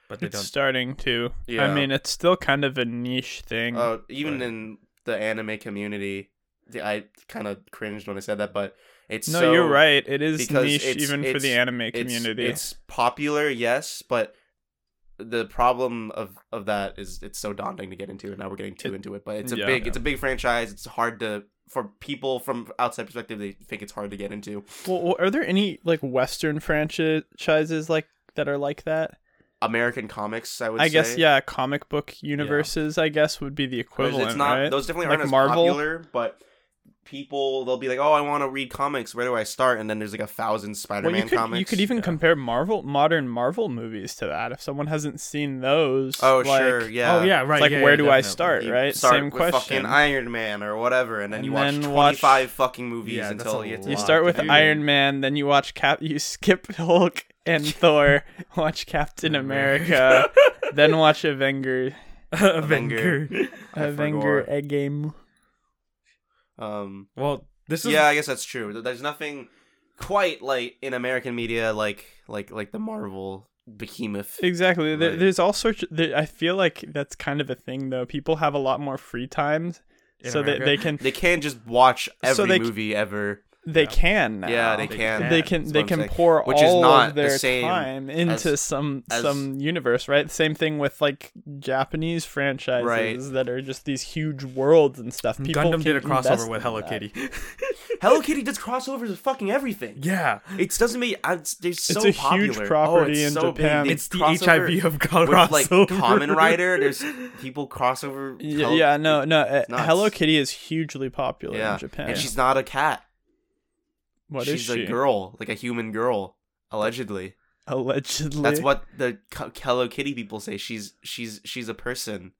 [SPEAKER 3] but they
[SPEAKER 1] It's
[SPEAKER 3] don't.
[SPEAKER 1] starting to.
[SPEAKER 2] Yeah.
[SPEAKER 1] I mean, it's still kind of a niche thing.
[SPEAKER 2] Uh, even
[SPEAKER 3] Right.
[SPEAKER 2] in the anime community, the- I kind of cringed when I said that, but it's
[SPEAKER 1] no,
[SPEAKER 2] so-
[SPEAKER 1] you're right. It is
[SPEAKER 2] because
[SPEAKER 1] niche
[SPEAKER 2] it's-
[SPEAKER 1] even for
[SPEAKER 2] it's-
[SPEAKER 1] the anime
[SPEAKER 2] It's,
[SPEAKER 1] community.
[SPEAKER 2] it's popular, yes, but the problem of of that is it's so daunting to get into, and now we're getting too
[SPEAKER 1] It-
[SPEAKER 2] into it. But it's a
[SPEAKER 1] yeah.
[SPEAKER 2] big, it's a big franchise. It's hard to for people from outside perspective. They think it's hard to get into.
[SPEAKER 1] Well, well, are there any like Western franchises like that are like that?
[SPEAKER 2] American comics, I would.
[SPEAKER 1] I guess
[SPEAKER 2] say.
[SPEAKER 1] yeah, comic book universes. I guess would be the equivalent,
[SPEAKER 2] it's not
[SPEAKER 1] right?
[SPEAKER 2] those definitely
[SPEAKER 1] Like
[SPEAKER 2] aren't as
[SPEAKER 1] Marvel?
[SPEAKER 2] popular, but people they'll be like, "Oh, I want to read comics. Where do I start?" And then there's like a thousand
[SPEAKER 1] well,
[SPEAKER 2] Spider-Man
[SPEAKER 1] you could,
[SPEAKER 2] comics.
[SPEAKER 1] you could even
[SPEAKER 3] yeah.
[SPEAKER 1] compare Marvel modern Marvel movies to that. If someone hasn't seen those,
[SPEAKER 2] oh
[SPEAKER 1] like,
[SPEAKER 2] sure, yeah.
[SPEAKER 3] Oh yeah, right.
[SPEAKER 1] It's like
[SPEAKER 3] yeah,
[SPEAKER 1] where
[SPEAKER 3] yeah,
[SPEAKER 1] do I
[SPEAKER 3] definitely.
[SPEAKER 1] start,
[SPEAKER 2] You
[SPEAKER 1] right?
[SPEAKER 2] Start
[SPEAKER 1] Same
[SPEAKER 2] with
[SPEAKER 1] question.
[SPEAKER 2] fucking Iron Man or whatever, and then
[SPEAKER 1] And
[SPEAKER 2] you
[SPEAKER 1] then
[SPEAKER 2] watch
[SPEAKER 1] watch-
[SPEAKER 2] twenty-five fucking movies
[SPEAKER 3] Yeah, that's
[SPEAKER 2] until
[SPEAKER 3] a
[SPEAKER 2] you.
[SPEAKER 1] you
[SPEAKER 3] lot,
[SPEAKER 1] start with
[SPEAKER 3] dude.
[SPEAKER 1] Iron Man, then you watch Cap. You skip Hulk and Thor, watch Captain America, then watch Avenger,
[SPEAKER 3] Avenger.
[SPEAKER 2] I
[SPEAKER 1] Avenger
[SPEAKER 2] forgot.
[SPEAKER 1] Endgame.
[SPEAKER 2] Um,
[SPEAKER 3] Well, this is
[SPEAKER 2] yeah, I guess that's true. There's nothing quite like in American media like like like the Marvel behemoth.
[SPEAKER 1] Exactly. There,
[SPEAKER 2] Right.
[SPEAKER 1] There's all sorts. Of, there, I feel like that's kind of a thing, though. People have a lot more free time,
[SPEAKER 3] In
[SPEAKER 1] so that
[SPEAKER 3] America?
[SPEAKER 1] they can
[SPEAKER 2] They can't just watch every
[SPEAKER 1] So they c-
[SPEAKER 2] movie ever.
[SPEAKER 1] they
[SPEAKER 3] Yeah.
[SPEAKER 1] can now.
[SPEAKER 2] Yeah, they
[SPEAKER 3] They
[SPEAKER 2] can.
[SPEAKER 3] can.
[SPEAKER 1] They can
[SPEAKER 2] That's
[SPEAKER 1] they
[SPEAKER 2] what I'm
[SPEAKER 1] can
[SPEAKER 2] saying.
[SPEAKER 1] pour
[SPEAKER 2] Which is
[SPEAKER 1] all
[SPEAKER 2] not
[SPEAKER 1] of
[SPEAKER 2] the
[SPEAKER 1] their
[SPEAKER 2] same
[SPEAKER 1] time into
[SPEAKER 2] as-
[SPEAKER 1] some
[SPEAKER 2] as-
[SPEAKER 1] some universe, right? Same thing with like Japanese franchises
[SPEAKER 2] Right.
[SPEAKER 1] that are just these huge worlds and stuff. People
[SPEAKER 3] Gundam
[SPEAKER 1] can
[SPEAKER 3] did a
[SPEAKER 1] invest
[SPEAKER 3] crossover with
[SPEAKER 1] in
[SPEAKER 3] Hello
[SPEAKER 1] that.
[SPEAKER 3] Kitty.
[SPEAKER 2] Hello Kitty does crossovers with fucking everything.
[SPEAKER 3] yeah.
[SPEAKER 2] It doesn't make. I- It's, they're so
[SPEAKER 1] It's a
[SPEAKER 2] popular.
[SPEAKER 1] huge property
[SPEAKER 2] oh, it's
[SPEAKER 1] in
[SPEAKER 2] so big.
[SPEAKER 1] Japan.
[SPEAKER 2] They
[SPEAKER 3] It's the
[SPEAKER 2] crossover
[SPEAKER 3] HIV of
[SPEAKER 2] with
[SPEAKER 3] crossover.
[SPEAKER 2] like Common Rider. There's people crossover.
[SPEAKER 1] Y-
[SPEAKER 2] Hello-
[SPEAKER 1] yeah, no, no. uh,
[SPEAKER 2] nuts.
[SPEAKER 1] Hello Kitty is hugely popular
[SPEAKER 2] yeah.
[SPEAKER 1] in Japan.
[SPEAKER 2] And she's not a cat.
[SPEAKER 1] What is
[SPEAKER 2] she's
[SPEAKER 1] she?
[SPEAKER 2] a girl, like a human girl, allegedly.
[SPEAKER 1] Allegedly,
[SPEAKER 2] That's what the Co- Hello Kitty people say. She's she's she's a person,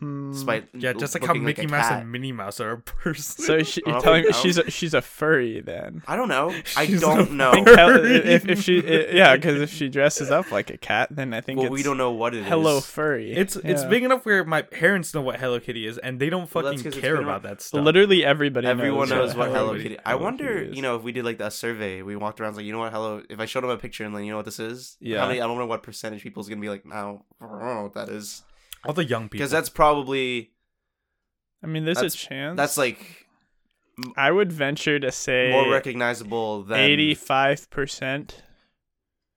[SPEAKER 1] Hmm.
[SPEAKER 2] despite
[SPEAKER 3] yeah, just like how
[SPEAKER 2] looking
[SPEAKER 3] Mickey
[SPEAKER 2] a
[SPEAKER 3] Mouse
[SPEAKER 2] cat.
[SPEAKER 3] and Minnie Mouse are a person.
[SPEAKER 1] So she,
[SPEAKER 2] Oh,
[SPEAKER 1] you're telling me
[SPEAKER 2] no.
[SPEAKER 1] she's a, she's a furry then.
[SPEAKER 2] I don't know. I
[SPEAKER 3] She's
[SPEAKER 2] don't
[SPEAKER 3] a
[SPEAKER 2] know.
[SPEAKER 1] I think hell, if, if she i- yeah, because if she dresses up like a cat, then I think
[SPEAKER 2] well,
[SPEAKER 1] it's
[SPEAKER 2] we don't know what it is.
[SPEAKER 1] hello furry.
[SPEAKER 3] it's it's
[SPEAKER 1] Yeah.
[SPEAKER 3] big enough where my parents know what Hello Kitty is, and they don't
[SPEAKER 2] Well, that's
[SPEAKER 3] fucking
[SPEAKER 2] 'cause it's
[SPEAKER 3] care
[SPEAKER 2] been
[SPEAKER 3] about
[SPEAKER 2] around-
[SPEAKER 3] that stuff.
[SPEAKER 1] Literally everybody.
[SPEAKER 2] Everyone
[SPEAKER 3] what
[SPEAKER 2] knows what
[SPEAKER 3] Hello
[SPEAKER 2] Hello
[SPEAKER 3] Kitty-
[SPEAKER 2] Kitty. I
[SPEAKER 1] Hello
[SPEAKER 2] wonder,
[SPEAKER 1] Kitty is.
[SPEAKER 2] you know, if we did like a survey, we walked around like, you know what, Hello. If I showed them a picture and then you know what this is,
[SPEAKER 1] Yeah.
[SPEAKER 2] How many, I don't know what percentage people's gonna be like, no, I don't know what that is,
[SPEAKER 3] All the young people.
[SPEAKER 2] because that's probably
[SPEAKER 1] I mean, there's
[SPEAKER 2] That's-
[SPEAKER 1] a chance.
[SPEAKER 2] that's like
[SPEAKER 1] I would venture to
[SPEAKER 2] more
[SPEAKER 1] say
[SPEAKER 2] recognizable than
[SPEAKER 1] eighty-five percent,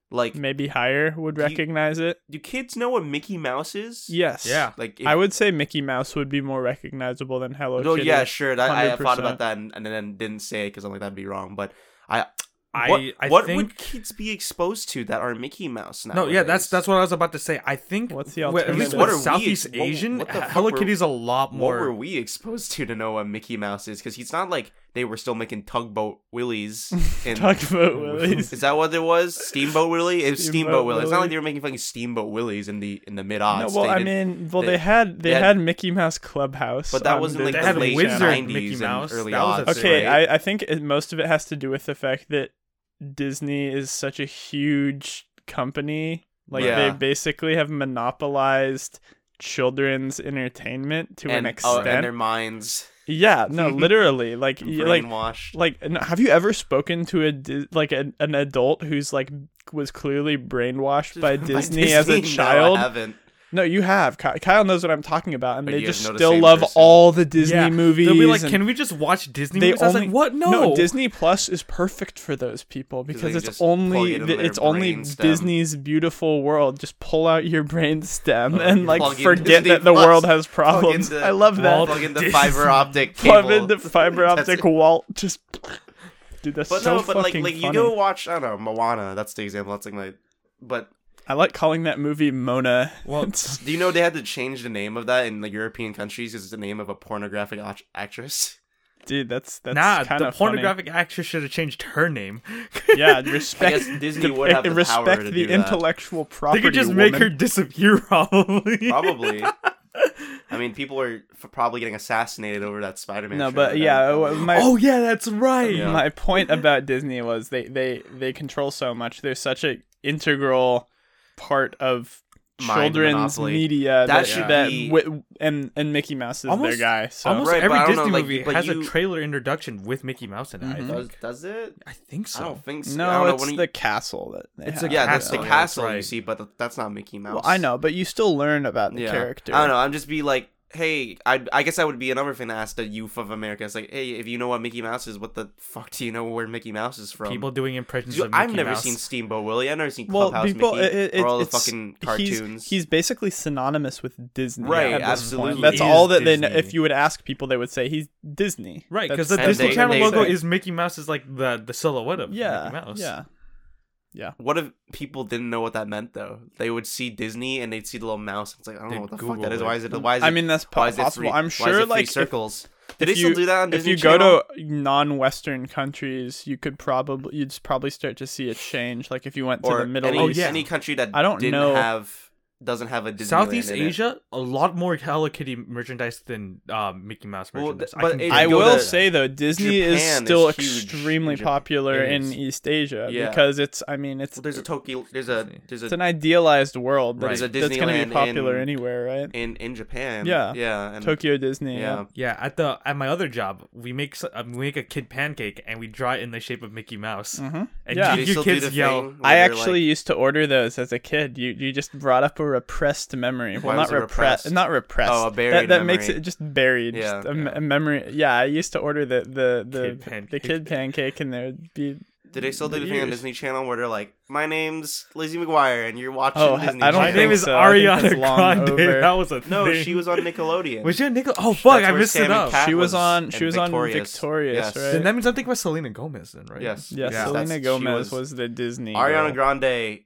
[SPEAKER 2] Like,
[SPEAKER 1] maybe higher, would
[SPEAKER 2] You-
[SPEAKER 1] recognize it.
[SPEAKER 2] do kids know what Mickey Mouse is?
[SPEAKER 1] Yes.
[SPEAKER 3] yeah.
[SPEAKER 2] Like,
[SPEAKER 1] I would say Mickey Mouse would be more recognizable than Hello
[SPEAKER 2] No,
[SPEAKER 1] Kitty.
[SPEAKER 2] yeah, sure. That, I I thought
[SPEAKER 1] 100%.
[SPEAKER 2] about that and, and then didn't say it because I'm like that'd be wrong. But I,
[SPEAKER 3] I-
[SPEAKER 2] what,
[SPEAKER 3] I
[SPEAKER 2] what
[SPEAKER 3] think-
[SPEAKER 2] would kids be exposed to that are Mickey Mouse now?
[SPEAKER 3] No, yeah, that's that's what I was about to say. I think
[SPEAKER 1] What's the
[SPEAKER 3] w- at least
[SPEAKER 2] alternative? What
[SPEAKER 3] with
[SPEAKER 2] are we
[SPEAKER 3] Southeast
[SPEAKER 2] ex- what-
[SPEAKER 3] Asian,
[SPEAKER 2] what the fuck
[SPEAKER 3] Hello
[SPEAKER 2] were-
[SPEAKER 3] Kitty's a lot
[SPEAKER 2] what
[SPEAKER 3] more.
[SPEAKER 2] were we exposed to to know what Mickey Mouse is? Because he's not like they were still making tugboat willies. And
[SPEAKER 1] Tugboat Willies.
[SPEAKER 2] is that what it was? Steamboat Willie? It was
[SPEAKER 1] Steamboat
[SPEAKER 2] Steamboat Willie. It's not like
[SPEAKER 1] Willie.
[SPEAKER 2] they were making fucking Steamboat Willies in the in the mid
[SPEAKER 1] No,
[SPEAKER 2] aughts.
[SPEAKER 1] well, I mean, um, well,
[SPEAKER 2] they-
[SPEAKER 1] they, had they
[SPEAKER 2] they had-
[SPEAKER 1] had Mickey Mouse Clubhouse,
[SPEAKER 2] but that
[SPEAKER 1] on
[SPEAKER 2] wasn't
[SPEAKER 1] the
[SPEAKER 2] like
[SPEAKER 3] They
[SPEAKER 2] the
[SPEAKER 3] had
[SPEAKER 2] late
[SPEAKER 3] Wizard
[SPEAKER 2] '90s
[SPEAKER 3] Mickey
[SPEAKER 2] and
[SPEAKER 3] Mouse.
[SPEAKER 2] early
[SPEAKER 3] That was a
[SPEAKER 2] aughts.
[SPEAKER 3] That's
[SPEAKER 1] okay
[SPEAKER 2] right?
[SPEAKER 1] I, I think it, most of it has to do with the fact that disney is such a huge company like
[SPEAKER 2] Yeah.
[SPEAKER 1] they basically have monopolized children's entertainment to an
[SPEAKER 2] and, oh,
[SPEAKER 1] extent
[SPEAKER 2] and their minds
[SPEAKER 1] yeah no literally like y- like
[SPEAKER 2] brainwashed.
[SPEAKER 1] like no, have you ever spoken to a Di- like an an adult who's like was clearly brainwashed by, Disney, as a
[SPEAKER 2] Disney? No, I
[SPEAKER 1] child
[SPEAKER 2] haven't.
[SPEAKER 1] no, you have Ky- kyle knows what i'm talking about and
[SPEAKER 2] But
[SPEAKER 1] they
[SPEAKER 2] you guys
[SPEAKER 1] just
[SPEAKER 2] know the
[SPEAKER 1] still
[SPEAKER 2] same
[SPEAKER 1] love
[SPEAKER 2] person.
[SPEAKER 1] all the disney
[SPEAKER 3] yeah,
[SPEAKER 1] movies
[SPEAKER 3] They'll be like,
[SPEAKER 1] and-
[SPEAKER 3] "Can we just watch Disney
[SPEAKER 1] they
[SPEAKER 3] movies?" I was
[SPEAKER 1] only-
[SPEAKER 3] like, "What? No,
[SPEAKER 1] Disney Plus is perfect for those people
[SPEAKER 2] they
[SPEAKER 1] because
[SPEAKER 2] can
[SPEAKER 1] it's
[SPEAKER 2] just plug
[SPEAKER 1] only
[SPEAKER 2] it into
[SPEAKER 1] th-
[SPEAKER 2] their
[SPEAKER 1] it's only
[SPEAKER 2] brainstem.
[SPEAKER 1] Disney's beautiful world. Just pull out your brain stem
[SPEAKER 2] Oh,
[SPEAKER 1] and
[SPEAKER 2] yeah.
[SPEAKER 1] like
[SPEAKER 2] Plug in
[SPEAKER 1] forget
[SPEAKER 2] Disney
[SPEAKER 1] that the
[SPEAKER 2] Plus.
[SPEAKER 1] world has
[SPEAKER 2] Plug
[SPEAKER 1] problems.
[SPEAKER 2] into-
[SPEAKER 1] I love that.
[SPEAKER 2] Plug into
[SPEAKER 3] Disney.
[SPEAKER 2] fiber optic cable.
[SPEAKER 1] Plug into fiber
[SPEAKER 2] That's
[SPEAKER 1] optic
[SPEAKER 2] it.
[SPEAKER 1] Walt. Just dude, that's
[SPEAKER 2] But
[SPEAKER 1] so
[SPEAKER 2] no, but like
[SPEAKER 1] fucking
[SPEAKER 2] like you
[SPEAKER 1] funny.
[SPEAKER 2] go watch I don't know Moana. That's the example. That's like my. But
[SPEAKER 1] I like calling that movie Mona.
[SPEAKER 3] Well,
[SPEAKER 1] It's-
[SPEAKER 2] do you know they had to change the name of that in the European countries because it's the name of a pornographic act- actress?
[SPEAKER 1] dude, that's that's
[SPEAKER 3] nah."
[SPEAKER 1] kind
[SPEAKER 3] The
[SPEAKER 1] of
[SPEAKER 3] pornographic actress should have changed her name.
[SPEAKER 1] Funny. Yeah,
[SPEAKER 2] I
[SPEAKER 1] respect.
[SPEAKER 2] guess Disney would have the
[SPEAKER 1] respect
[SPEAKER 2] power to
[SPEAKER 1] the
[SPEAKER 2] do that.
[SPEAKER 1] intellectual
[SPEAKER 3] They
[SPEAKER 1] property.
[SPEAKER 3] could just make
[SPEAKER 1] woman.
[SPEAKER 3] her disappear, probably.
[SPEAKER 2] Probably. I mean, people are f- probably getting assassinated over that Spider-Man.
[SPEAKER 1] No,
[SPEAKER 2] trailer
[SPEAKER 1] but
[SPEAKER 2] that
[SPEAKER 1] yeah,
[SPEAKER 2] we-
[SPEAKER 1] uh, my
[SPEAKER 3] oh yeah, that's right.
[SPEAKER 2] Yeah.
[SPEAKER 1] My point about Disney was they they they control so much. They're such an integral part of
[SPEAKER 2] Mind
[SPEAKER 1] children's
[SPEAKER 2] monopoly.
[SPEAKER 1] media
[SPEAKER 2] That
[SPEAKER 1] that
[SPEAKER 2] should be-
[SPEAKER 1] wi- and and Mickey Mouse is
[SPEAKER 3] Almost-
[SPEAKER 1] their guy. So
[SPEAKER 3] Almost
[SPEAKER 2] Right, but I
[SPEAKER 3] every
[SPEAKER 2] don't know,
[SPEAKER 3] Disney
[SPEAKER 2] like,
[SPEAKER 3] movie
[SPEAKER 2] but
[SPEAKER 3] has
[SPEAKER 2] you-
[SPEAKER 3] a trailer introduction with Mickey Mouse in it. I
[SPEAKER 1] Mhm.
[SPEAKER 2] does,
[SPEAKER 3] think.
[SPEAKER 2] does it?
[SPEAKER 3] I think so.
[SPEAKER 2] I don't think so. I
[SPEAKER 1] no,
[SPEAKER 2] don't know,
[SPEAKER 1] it's
[SPEAKER 2] when you-
[SPEAKER 1] the castle that they
[SPEAKER 3] It's a
[SPEAKER 1] have.
[SPEAKER 2] yeah, that's the
[SPEAKER 3] castle, that's
[SPEAKER 2] castle you
[SPEAKER 3] right.
[SPEAKER 2] see, but th- that's not Mickey Mouse.
[SPEAKER 1] Well, I know, but you still learn about the character.
[SPEAKER 2] I don't know. I'm just be like, hey, I I guess I would be another thing to ask the youth of America. It's like, hey, if you know what Mickey Mouse is, what the fuck do you know where Mickey Mouse is from?
[SPEAKER 3] People doing impressions
[SPEAKER 2] Do-
[SPEAKER 3] of Mickey
[SPEAKER 2] I've never
[SPEAKER 3] Mouse.
[SPEAKER 2] seen Steamboat Willie. I've never seen
[SPEAKER 1] Well,
[SPEAKER 2] Clubhouse
[SPEAKER 1] people,
[SPEAKER 2] Mickey
[SPEAKER 1] it, it,
[SPEAKER 2] or all the
[SPEAKER 1] it's-
[SPEAKER 2] fucking
[SPEAKER 1] he's-
[SPEAKER 2] cartoons.
[SPEAKER 1] He's, basically synonymous with Disney.
[SPEAKER 2] Right,
[SPEAKER 1] at this
[SPEAKER 2] absolutely.
[SPEAKER 1] point. That's
[SPEAKER 3] He is
[SPEAKER 1] all that they. Know.
[SPEAKER 3] Disney.
[SPEAKER 1] If you would ask people, they would say he's Disney.
[SPEAKER 3] Right,
[SPEAKER 1] That's-
[SPEAKER 3] because the
[SPEAKER 2] And
[SPEAKER 3] Disney
[SPEAKER 2] they-
[SPEAKER 3] Channel
[SPEAKER 2] they
[SPEAKER 3] logo
[SPEAKER 2] say-
[SPEAKER 3] is Mickey Mouse is like the the silhouette of
[SPEAKER 1] yeah,
[SPEAKER 3] Mickey Mouse.
[SPEAKER 1] yeah.
[SPEAKER 2] what if people didn't know what that meant though? They would see Disney and they'd see the little mouse. It's like I don't know
[SPEAKER 3] They'd
[SPEAKER 2] what the fuck
[SPEAKER 3] Google
[SPEAKER 2] that is.
[SPEAKER 3] it.
[SPEAKER 2] Why is it? Why is it?
[SPEAKER 1] I mean, that's po-
[SPEAKER 2] why is it
[SPEAKER 1] possible.
[SPEAKER 2] Three,
[SPEAKER 1] I'm
[SPEAKER 2] why is
[SPEAKER 1] sure,
[SPEAKER 2] it three
[SPEAKER 1] like, if-
[SPEAKER 2] circles. Do they
[SPEAKER 1] if
[SPEAKER 2] still
[SPEAKER 1] you-
[SPEAKER 2] do that on
[SPEAKER 1] if
[SPEAKER 2] Disney
[SPEAKER 1] you go
[SPEAKER 2] Channel?
[SPEAKER 1] to non-Western countries, you could probably you'd probably start to see a change. Like if you went to
[SPEAKER 2] or
[SPEAKER 1] the Middle
[SPEAKER 2] any,
[SPEAKER 1] East,
[SPEAKER 3] Oh, yeah.
[SPEAKER 2] any country that
[SPEAKER 1] I don't
[SPEAKER 2] didn't
[SPEAKER 1] know.
[SPEAKER 2] have doesn't have a Disneyland
[SPEAKER 3] Southeast
[SPEAKER 2] in it.
[SPEAKER 3] Asia, a lot more Hello Kitty merchandise than um, Mickey Mouse
[SPEAKER 2] Well,
[SPEAKER 3] merchandise.
[SPEAKER 2] but
[SPEAKER 3] can
[SPEAKER 2] it-
[SPEAKER 3] guarantee
[SPEAKER 1] I
[SPEAKER 2] go
[SPEAKER 1] will
[SPEAKER 2] to-
[SPEAKER 3] that.
[SPEAKER 1] say though, Disney
[SPEAKER 2] Japan
[SPEAKER 1] is
[SPEAKER 2] is
[SPEAKER 1] still
[SPEAKER 2] huge in
[SPEAKER 1] extremely
[SPEAKER 2] Japan.
[SPEAKER 1] popular
[SPEAKER 3] It
[SPEAKER 1] in
[SPEAKER 3] is.
[SPEAKER 1] East Asia
[SPEAKER 2] Yeah.
[SPEAKER 1] because it's. I mean, it's
[SPEAKER 2] Well, there's a Tokyo. There's a there's
[SPEAKER 1] it's
[SPEAKER 2] a
[SPEAKER 1] an idealized world
[SPEAKER 3] Right.
[SPEAKER 1] that's,
[SPEAKER 2] There's a
[SPEAKER 1] that's going to
[SPEAKER 2] Disneyland
[SPEAKER 1] be popular
[SPEAKER 2] in-
[SPEAKER 1] anywhere, right?
[SPEAKER 2] in in Japan.
[SPEAKER 1] Yeah.
[SPEAKER 2] yeah, and,
[SPEAKER 1] Tokyo Disney.
[SPEAKER 2] Yeah,
[SPEAKER 1] Yeah.
[SPEAKER 3] Yeah, at the at my other job, we make s- um, we make a kid pancake and we draw it in the shape of Mickey Mouse.
[SPEAKER 1] hmm
[SPEAKER 3] And
[SPEAKER 1] Yeah.
[SPEAKER 2] They
[SPEAKER 3] you, you
[SPEAKER 2] still do
[SPEAKER 3] kids
[SPEAKER 2] the
[SPEAKER 3] yell.
[SPEAKER 2] thing where
[SPEAKER 1] I
[SPEAKER 2] they're
[SPEAKER 1] actually
[SPEAKER 2] like-
[SPEAKER 1] used to order those as a kid. You you just brought up a repressed memory. Well,
[SPEAKER 2] Why
[SPEAKER 1] not
[SPEAKER 2] was it
[SPEAKER 1] repressed.
[SPEAKER 2] repressed?
[SPEAKER 1] Not repressed.
[SPEAKER 2] Oh, a
[SPEAKER 1] That,
[SPEAKER 2] buried
[SPEAKER 1] that makes
[SPEAKER 2] memory.
[SPEAKER 1] it just buried. just
[SPEAKER 2] Yeah.
[SPEAKER 1] a, me- a memory. Yeah, I used to order the the the
[SPEAKER 3] Kid
[SPEAKER 1] the kid,
[SPEAKER 3] pancake.
[SPEAKER 1] pancake, and there would be.
[SPEAKER 2] did they still do
[SPEAKER 1] the
[SPEAKER 2] the thing on
[SPEAKER 1] years.
[SPEAKER 2] Disney Channel where they're like, "My name's Lizzie McGuire, and you're watching
[SPEAKER 1] Oh, I-
[SPEAKER 2] Disney."
[SPEAKER 1] I don't
[SPEAKER 3] My
[SPEAKER 2] Channel."
[SPEAKER 1] think
[SPEAKER 3] name is
[SPEAKER 1] so. I think
[SPEAKER 3] Ariana
[SPEAKER 1] that's long
[SPEAKER 3] Grande.
[SPEAKER 1] over.
[SPEAKER 3] That was a thing.
[SPEAKER 2] No, she was on Nickelodeon.
[SPEAKER 3] Was she a Nickel? Oh fuck, I
[SPEAKER 2] where
[SPEAKER 3] missed it
[SPEAKER 2] Sam and
[SPEAKER 3] up.
[SPEAKER 2] Kat
[SPEAKER 1] She was on-
[SPEAKER 2] and
[SPEAKER 1] she was on Victorious,
[SPEAKER 2] Yes.
[SPEAKER 1] right?
[SPEAKER 3] Then that means I'm thinking about Selena Gomez, then, right?
[SPEAKER 2] Yes.
[SPEAKER 1] Yeah,
[SPEAKER 3] Yeah.
[SPEAKER 2] That's-
[SPEAKER 1] Selena
[SPEAKER 2] she
[SPEAKER 1] Gomez was,
[SPEAKER 2] was-
[SPEAKER 1] the Disney.
[SPEAKER 2] Ariana
[SPEAKER 1] girl.
[SPEAKER 2] Grande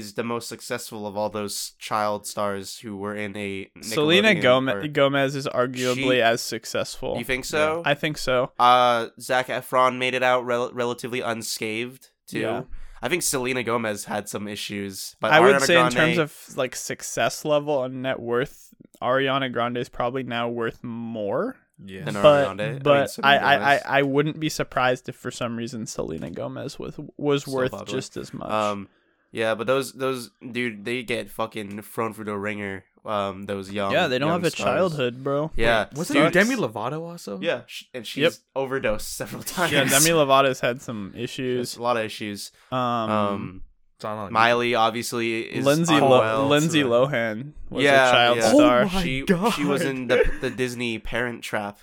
[SPEAKER 2] is the most successful of all those child stars who were in a.
[SPEAKER 1] Selena
[SPEAKER 2] Nickelodeon
[SPEAKER 1] Gomez
[SPEAKER 2] or-
[SPEAKER 1] Gomez is arguably
[SPEAKER 2] She-
[SPEAKER 1] as successful.
[SPEAKER 2] You think so?
[SPEAKER 1] I think so.
[SPEAKER 2] Uh, Zach Efron made it out rel- relatively unscathed too.
[SPEAKER 1] Yeah.
[SPEAKER 2] I think Selena Gomez had some issues, but
[SPEAKER 1] I would
[SPEAKER 2] Ariana
[SPEAKER 1] say
[SPEAKER 2] Grande,
[SPEAKER 1] in terms of like success level and net worth, Ariana Grande is probably now worth more.
[SPEAKER 3] Yeah.
[SPEAKER 2] Then Ariana
[SPEAKER 1] But,
[SPEAKER 2] Grande, I mean,
[SPEAKER 1] but
[SPEAKER 2] Selena
[SPEAKER 1] I, I, I,
[SPEAKER 2] Gomez.
[SPEAKER 1] I wouldn't be surprised if for some reason Selena Gomez was was
[SPEAKER 2] Still
[SPEAKER 1] worth
[SPEAKER 2] popular.
[SPEAKER 1] just as much.
[SPEAKER 2] um, yeah, but those those dude, they get fucking thrown through the ringer. Um, those young
[SPEAKER 1] yeah, they don't
[SPEAKER 2] young
[SPEAKER 1] have a
[SPEAKER 2] stars.
[SPEAKER 1] childhood, bro.
[SPEAKER 2] Yeah,
[SPEAKER 3] Wasn't
[SPEAKER 2] dude,
[SPEAKER 3] it Demi Lovato also?
[SPEAKER 2] Yeah, sh- and she's
[SPEAKER 1] Yep.
[SPEAKER 2] overdosed several times.
[SPEAKER 1] Yeah, Demi Lovato's had some
[SPEAKER 2] There's
[SPEAKER 1] issues.
[SPEAKER 2] a lot of issues.
[SPEAKER 1] Um,
[SPEAKER 2] Um,
[SPEAKER 3] It's on, like,
[SPEAKER 2] Miley obviously is
[SPEAKER 1] Lindsay Lo-
[SPEAKER 2] unwell.
[SPEAKER 1] Lindsay
[SPEAKER 3] right.
[SPEAKER 1] Lohan was
[SPEAKER 2] Yeah,
[SPEAKER 1] a child
[SPEAKER 2] yeah. Oh
[SPEAKER 1] star.
[SPEAKER 3] my
[SPEAKER 2] she
[SPEAKER 3] God.
[SPEAKER 2] she was in the the Disney Parent Trap.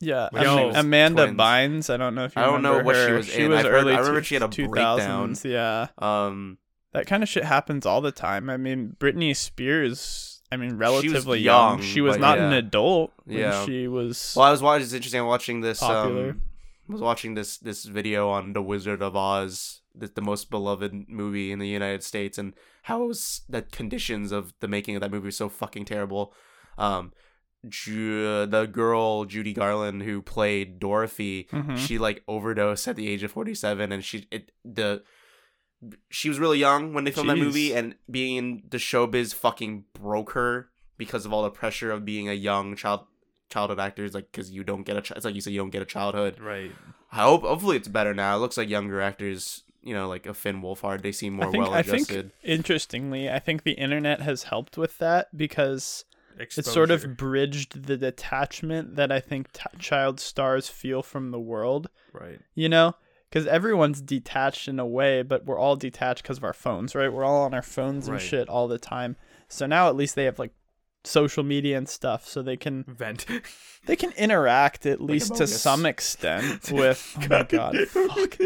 [SPEAKER 1] Yeah,
[SPEAKER 3] When she
[SPEAKER 1] Am-
[SPEAKER 3] was
[SPEAKER 1] Amanda
[SPEAKER 2] twins.
[SPEAKER 1] Bynes. I don't know if you
[SPEAKER 2] I don't
[SPEAKER 1] remember
[SPEAKER 2] know what she
[SPEAKER 1] her.
[SPEAKER 2] was
[SPEAKER 1] She
[SPEAKER 2] in.
[SPEAKER 1] was
[SPEAKER 2] I've heard-
[SPEAKER 1] early.
[SPEAKER 2] I remember she had a
[SPEAKER 1] 2000s, Yeah,
[SPEAKER 2] Um,
[SPEAKER 1] that kind of shit happens all the time. I mean, Britney Spears. I mean, relatively
[SPEAKER 2] young,
[SPEAKER 1] She was
[SPEAKER 2] but
[SPEAKER 1] not an
[SPEAKER 2] yeah.
[SPEAKER 1] adult when
[SPEAKER 2] Yeah.
[SPEAKER 1] she was
[SPEAKER 2] well, I was watching. It's interesting. I'm watching this.
[SPEAKER 1] popular.
[SPEAKER 2] Um, was watching this this video on the Wizard of Oz, the, the most beloved movie in the United States, and how it was the conditions of the making of that movie were so fucking terrible. Um, Ju- the girl Judy Garland who played Dorothy,
[SPEAKER 1] Mhm.
[SPEAKER 3] Mm-hmm.
[SPEAKER 2] she like overdosed at the age of 47, and she it the she was really young when they filmed
[SPEAKER 1] Jeez.
[SPEAKER 2] that movie, and being in the showbiz fucking broke her because of all the pressure of being a young child childhood actors like because you don't get a ch- it's like you said you don't get a childhood
[SPEAKER 3] Right.
[SPEAKER 2] I hope hopefully it's better now. It looks like younger actors, you know, like a Finn Wolfhard, they seem more
[SPEAKER 1] I think.
[SPEAKER 2] well
[SPEAKER 1] I think.
[SPEAKER 2] adjusted.
[SPEAKER 1] Interestingly, I think the internet has helped with that because
[SPEAKER 3] Exposure.
[SPEAKER 1] it sort of bridged the detachment that I think t- child stars feel from the world.
[SPEAKER 3] right.
[SPEAKER 1] you know because everyone's detached in a way but we're all detached because of our phones right we're all on our phones and
[SPEAKER 3] Right.
[SPEAKER 1] shit all the time so now at least they have like social media and stuff so they can
[SPEAKER 3] Vent.
[SPEAKER 1] they can interact at least
[SPEAKER 2] Among
[SPEAKER 1] to
[SPEAKER 2] Us.
[SPEAKER 1] some extent with oh my god fuck.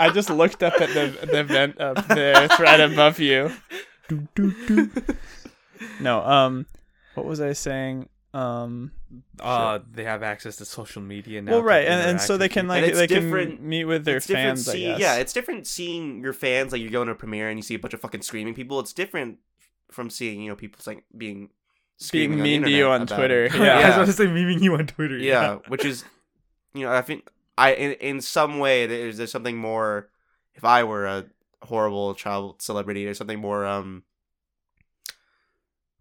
[SPEAKER 1] i just looked up at the the vent up there it's right above you Doo, doo, doo. no um what was i saying um
[SPEAKER 3] uh, they have access to social media now.
[SPEAKER 1] well
[SPEAKER 3] to
[SPEAKER 1] right and, and
[SPEAKER 3] interact
[SPEAKER 1] so
[SPEAKER 3] with
[SPEAKER 1] they can
[SPEAKER 3] people.
[SPEAKER 1] like
[SPEAKER 2] it's
[SPEAKER 1] they
[SPEAKER 2] different-
[SPEAKER 1] can meet with their
[SPEAKER 2] It's different
[SPEAKER 1] fans i
[SPEAKER 2] see-
[SPEAKER 1] guess
[SPEAKER 2] Yeah, it's different seeing your fans like you go to a premiere and you see a bunch of fucking screaming people. It's different from seeing, you know, people like being screaming on the
[SPEAKER 1] mean to you
[SPEAKER 2] internet
[SPEAKER 1] on
[SPEAKER 2] about
[SPEAKER 1] Twitter.
[SPEAKER 2] it.
[SPEAKER 1] Yeah.
[SPEAKER 3] I was
[SPEAKER 2] Yeah.
[SPEAKER 3] about to say memeing you on Twitter.
[SPEAKER 2] yeah, which is, you know, I think I in, in some way there's there's something more. If I were a horrible child celebrity, there's something more um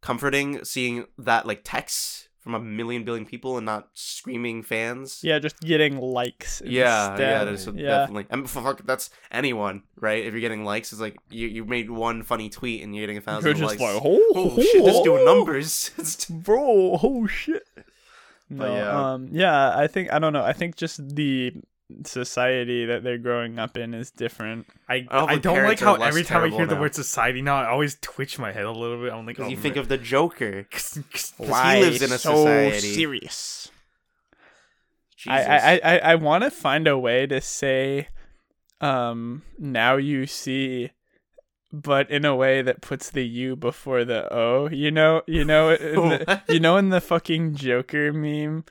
[SPEAKER 2] comforting seeing that like text from a million billion people and not screaming fans.
[SPEAKER 1] Yeah, just getting likes.
[SPEAKER 2] Yeah,
[SPEAKER 1] instead.
[SPEAKER 2] yeah, there's some-
[SPEAKER 1] Yeah.
[SPEAKER 2] definitely. I mean, fuck, that's anyone, right? If you're getting likes, it's like you, you made one funny tweet and you're getting a
[SPEAKER 1] You're
[SPEAKER 2] thousand
[SPEAKER 1] just
[SPEAKER 2] likes.
[SPEAKER 1] like,
[SPEAKER 2] oh,
[SPEAKER 1] oh,
[SPEAKER 2] shit, this
[SPEAKER 1] oh,
[SPEAKER 2] dude numbers. It's-
[SPEAKER 1] bro. Oh shit. No,
[SPEAKER 2] yeah.
[SPEAKER 1] um, yeah, I think I don't know. I think just the society that they're growing up in is different.
[SPEAKER 3] I,
[SPEAKER 2] I hope
[SPEAKER 3] I
[SPEAKER 2] the
[SPEAKER 3] don't like
[SPEAKER 2] parents
[SPEAKER 3] how
[SPEAKER 2] are less
[SPEAKER 3] every time I hear
[SPEAKER 2] terrible
[SPEAKER 3] the
[SPEAKER 2] now.
[SPEAKER 3] word society now, I always twitch my head a little bit. I'm like, oh,
[SPEAKER 2] Because you think of the Joker.
[SPEAKER 3] of
[SPEAKER 2] Why he lives in a so society.
[SPEAKER 1] serious? I
[SPEAKER 2] Jesus.
[SPEAKER 1] I I, I- I want to find a way to say, um, now you see, but in a way that puts the U before the O. You know, you know, in the,
[SPEAKER 2] What?
[SPEAKER 1] you know, in the fucking Joker meme.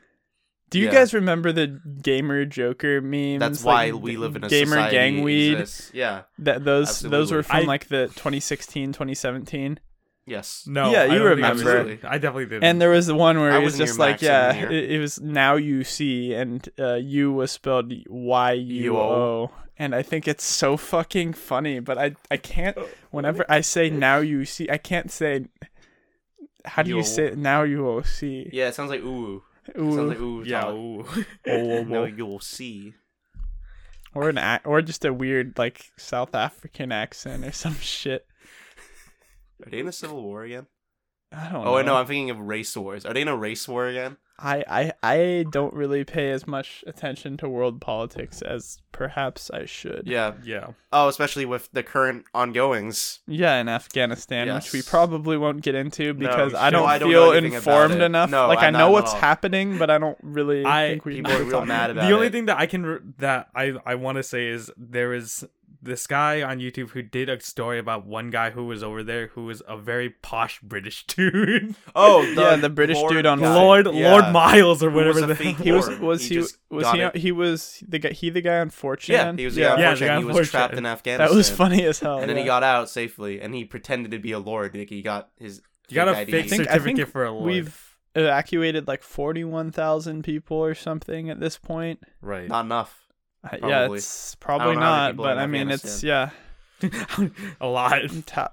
[SPEAKER 1] Do you
[SPEAKER 2] Yeah.
[SPEAKER 1] guys remember the gamer Joker memes?
[SPEAKER 2] That's
[SPEAKER 1] Like,
[SPEAKER 2] why we live in a
[SPEAKER 1] gamer
[SPEAKER 2] society
[SPEAKER 1] gang weed.
[SPEAKER 2] exists. Yeah,
[SPEAKER 1] That those those were
[SPEAKER 2] Absolutely.
[SPEAKER 1] from
[SPEAKER 3] I-
[SPEAKER 1] like the 2016, 2017.
[SPEAKER 2] Yes.
[SPEAKER 3] No,
[SPEAKER 1] Yeah,
[SPEAKER 3] I
[SPEAKER 1] you
[SPEAKER 3] don't think I
[SPEAKER 2] remember.
[SPEAKER 3] was- I definitely did.
[SPEAKER 1] And there was the one where
[SPEAKER 2] I
[SPEAKER 1] it was
[SPEAKER 2] wasn't
[SPEAKER 1] just
[SPEAKER 2] your
[SPEAKER 1] like,
[SPEAKER 2] maximum
[SPEAKER 1] yeah,
[SPEAKER 2] here.
[SPEAKER 1] it, it was now you see, and uh, you was spelled Y U O, and I think it's so fucking funny. But I, I can't. Whenever I say now you see, I can't say. How do you
[SPEAKER 2] Yo.
[SPEAKER 1] say it? now you will see?
[SPEAKER 2] Yeah, it sounds like ooh. It sounds
[SPEAKER 1] Ooh.
[SPEAKER 2] like ooh.
[SPEAKER 3] yeah,
[SPEAKER 2] Yeah.
[SPEAKER 3] ooh.
[SPEAKER 2] No, you'll see.
[SPEAKER 1] or an ac- or just a weird like South African accent or some shit.
[SPEAKER 2] Are they in a civil war again?
[SPEAKER 1] I don't.
[SPEAKER 2] Oh,
[SPEAKER 1] know.
[SPEAKER 2] wait, no, I'm thinking of race wars. Are they in a race war again?
[SPEAKER 1] I, I I don't really pay as much attention to world politics as perhaps I should.
[SPEAKER 2] Yeah.
[SPEAKER 3] yeah.
[SPEAKER 2] Oh, especially with the current ongoings.
[SPEAKER 1] Yeah, in Afghanistan, which we
[SPEAKER 2] Yes.
[SPEAKER 1] probably won't get into because
[SPEAKER 2] we
[SPEAKER 1] I don't
[SPEAKER 2] shouldn't. No, I don't
[SPEAKER 1] feel
[SPEAKER 2] know anything about
[SPEAKER 1] informed
[SPEAKER 2] it.
[SPEAKER 1] enough.
[SPEAKER 2] No,
[SPEAKER 1] like
[SPEAKER 2] I'm
[SPEAKER 1] I
[SPEAKER 2] not
[SPEAKER 1] know
[SPEAKER 2] at
[SPEAKER 1] what's
[SPEAKER 2] all.
[SPEAKER 1] happening, but I don't really
[SPEAKER 3] I-
[SPEAKER 1] think we
[SPEAKER 2] People are real
[SPEAKER 1] talk-
[SPEAKER 2] mad about
[SPEAKER 3] the only
[SPEAKER 2] it.
[SPEAKER 3] thing that I can re- that I I want to say is there is this guy on YouTube who did a story about one guy who was over there who was a very posh British dude,
[SPEAKER 2] Oh,
[SPEAKER 1] Yeah, the British dude on
[SPEAKER 2] guy.
[SPEAKER 1] Lord-
[SPEAKER 2] Yeah.
[SPEAKER 3] Lord Miles or
[SPEAKER 2] Who was
[SPEAKER 3] whatever
[SPEAKER 2] a
[SPEAKER 3] the
[SPEAKER 2] fake
[SPEAKER 1] He was
[SPEAKER 2] Or
[SPEAKER 1] was he
[SPEAKER 2] he just
[SPEAKER 1] was
[SPEAKER 2] got
[SPEAKER 1] he
[SPEAKER 2] it.
[SPEAKER 1] he was the guy he the guy on 4chan?
[SPEAKER 2] Yeah, he was the
[SPEAKER 1] Yeah.
[SPEAKER 2] guy
[SPEAKER 3] Yeah,
[SPEAKER 2] on
[SPEAKER 3] the
[SPEAKER 2] 4chan.
[SPEAKER 3] guy on
[SPEAKER 2] he was
[SPEAKER 3] 4chan.
[SPEAKER 2] trapped in Afghanistan.
[SPEAKER 1] That was funny as hell.
[SPEAKER 2] And then
[SPEAKER 1] yeah.
[SPEAKER 2] he got out safely, and he pretended to be a lord. Like he got his.
[SPEAKER 3] You got a
[SPEAKER 2] ID.
[SPEAKER 3] fake
[SPEAKER 1] think- I
[SPEAKER 3] certificate
[SPEAKER 1] think
[SPEAKER 3] for a lord.
[SPEAKER 1] We've evacuated like 41,000 people or something at this point.
[SPEAKER 3] right.
[SPEAKER 2] Not enough.
[SPEAKER 1] Uh, Yeah,
[SPEAKER 2] Probably.
[SPEAKER 1] it's
[SPEAKER 2] I
[SPEAKER 1] probably
[SPEAKER 2] don't know how many
[SPEAKER 1] not,
[SPEAKER 2] people
[SPEAKER 1] but
[SPEAKER 2] in
[SPEAKER 1] I mean it's yeah.
[SPEAKER 3] a lot.
[SPEAKER 1] Ta-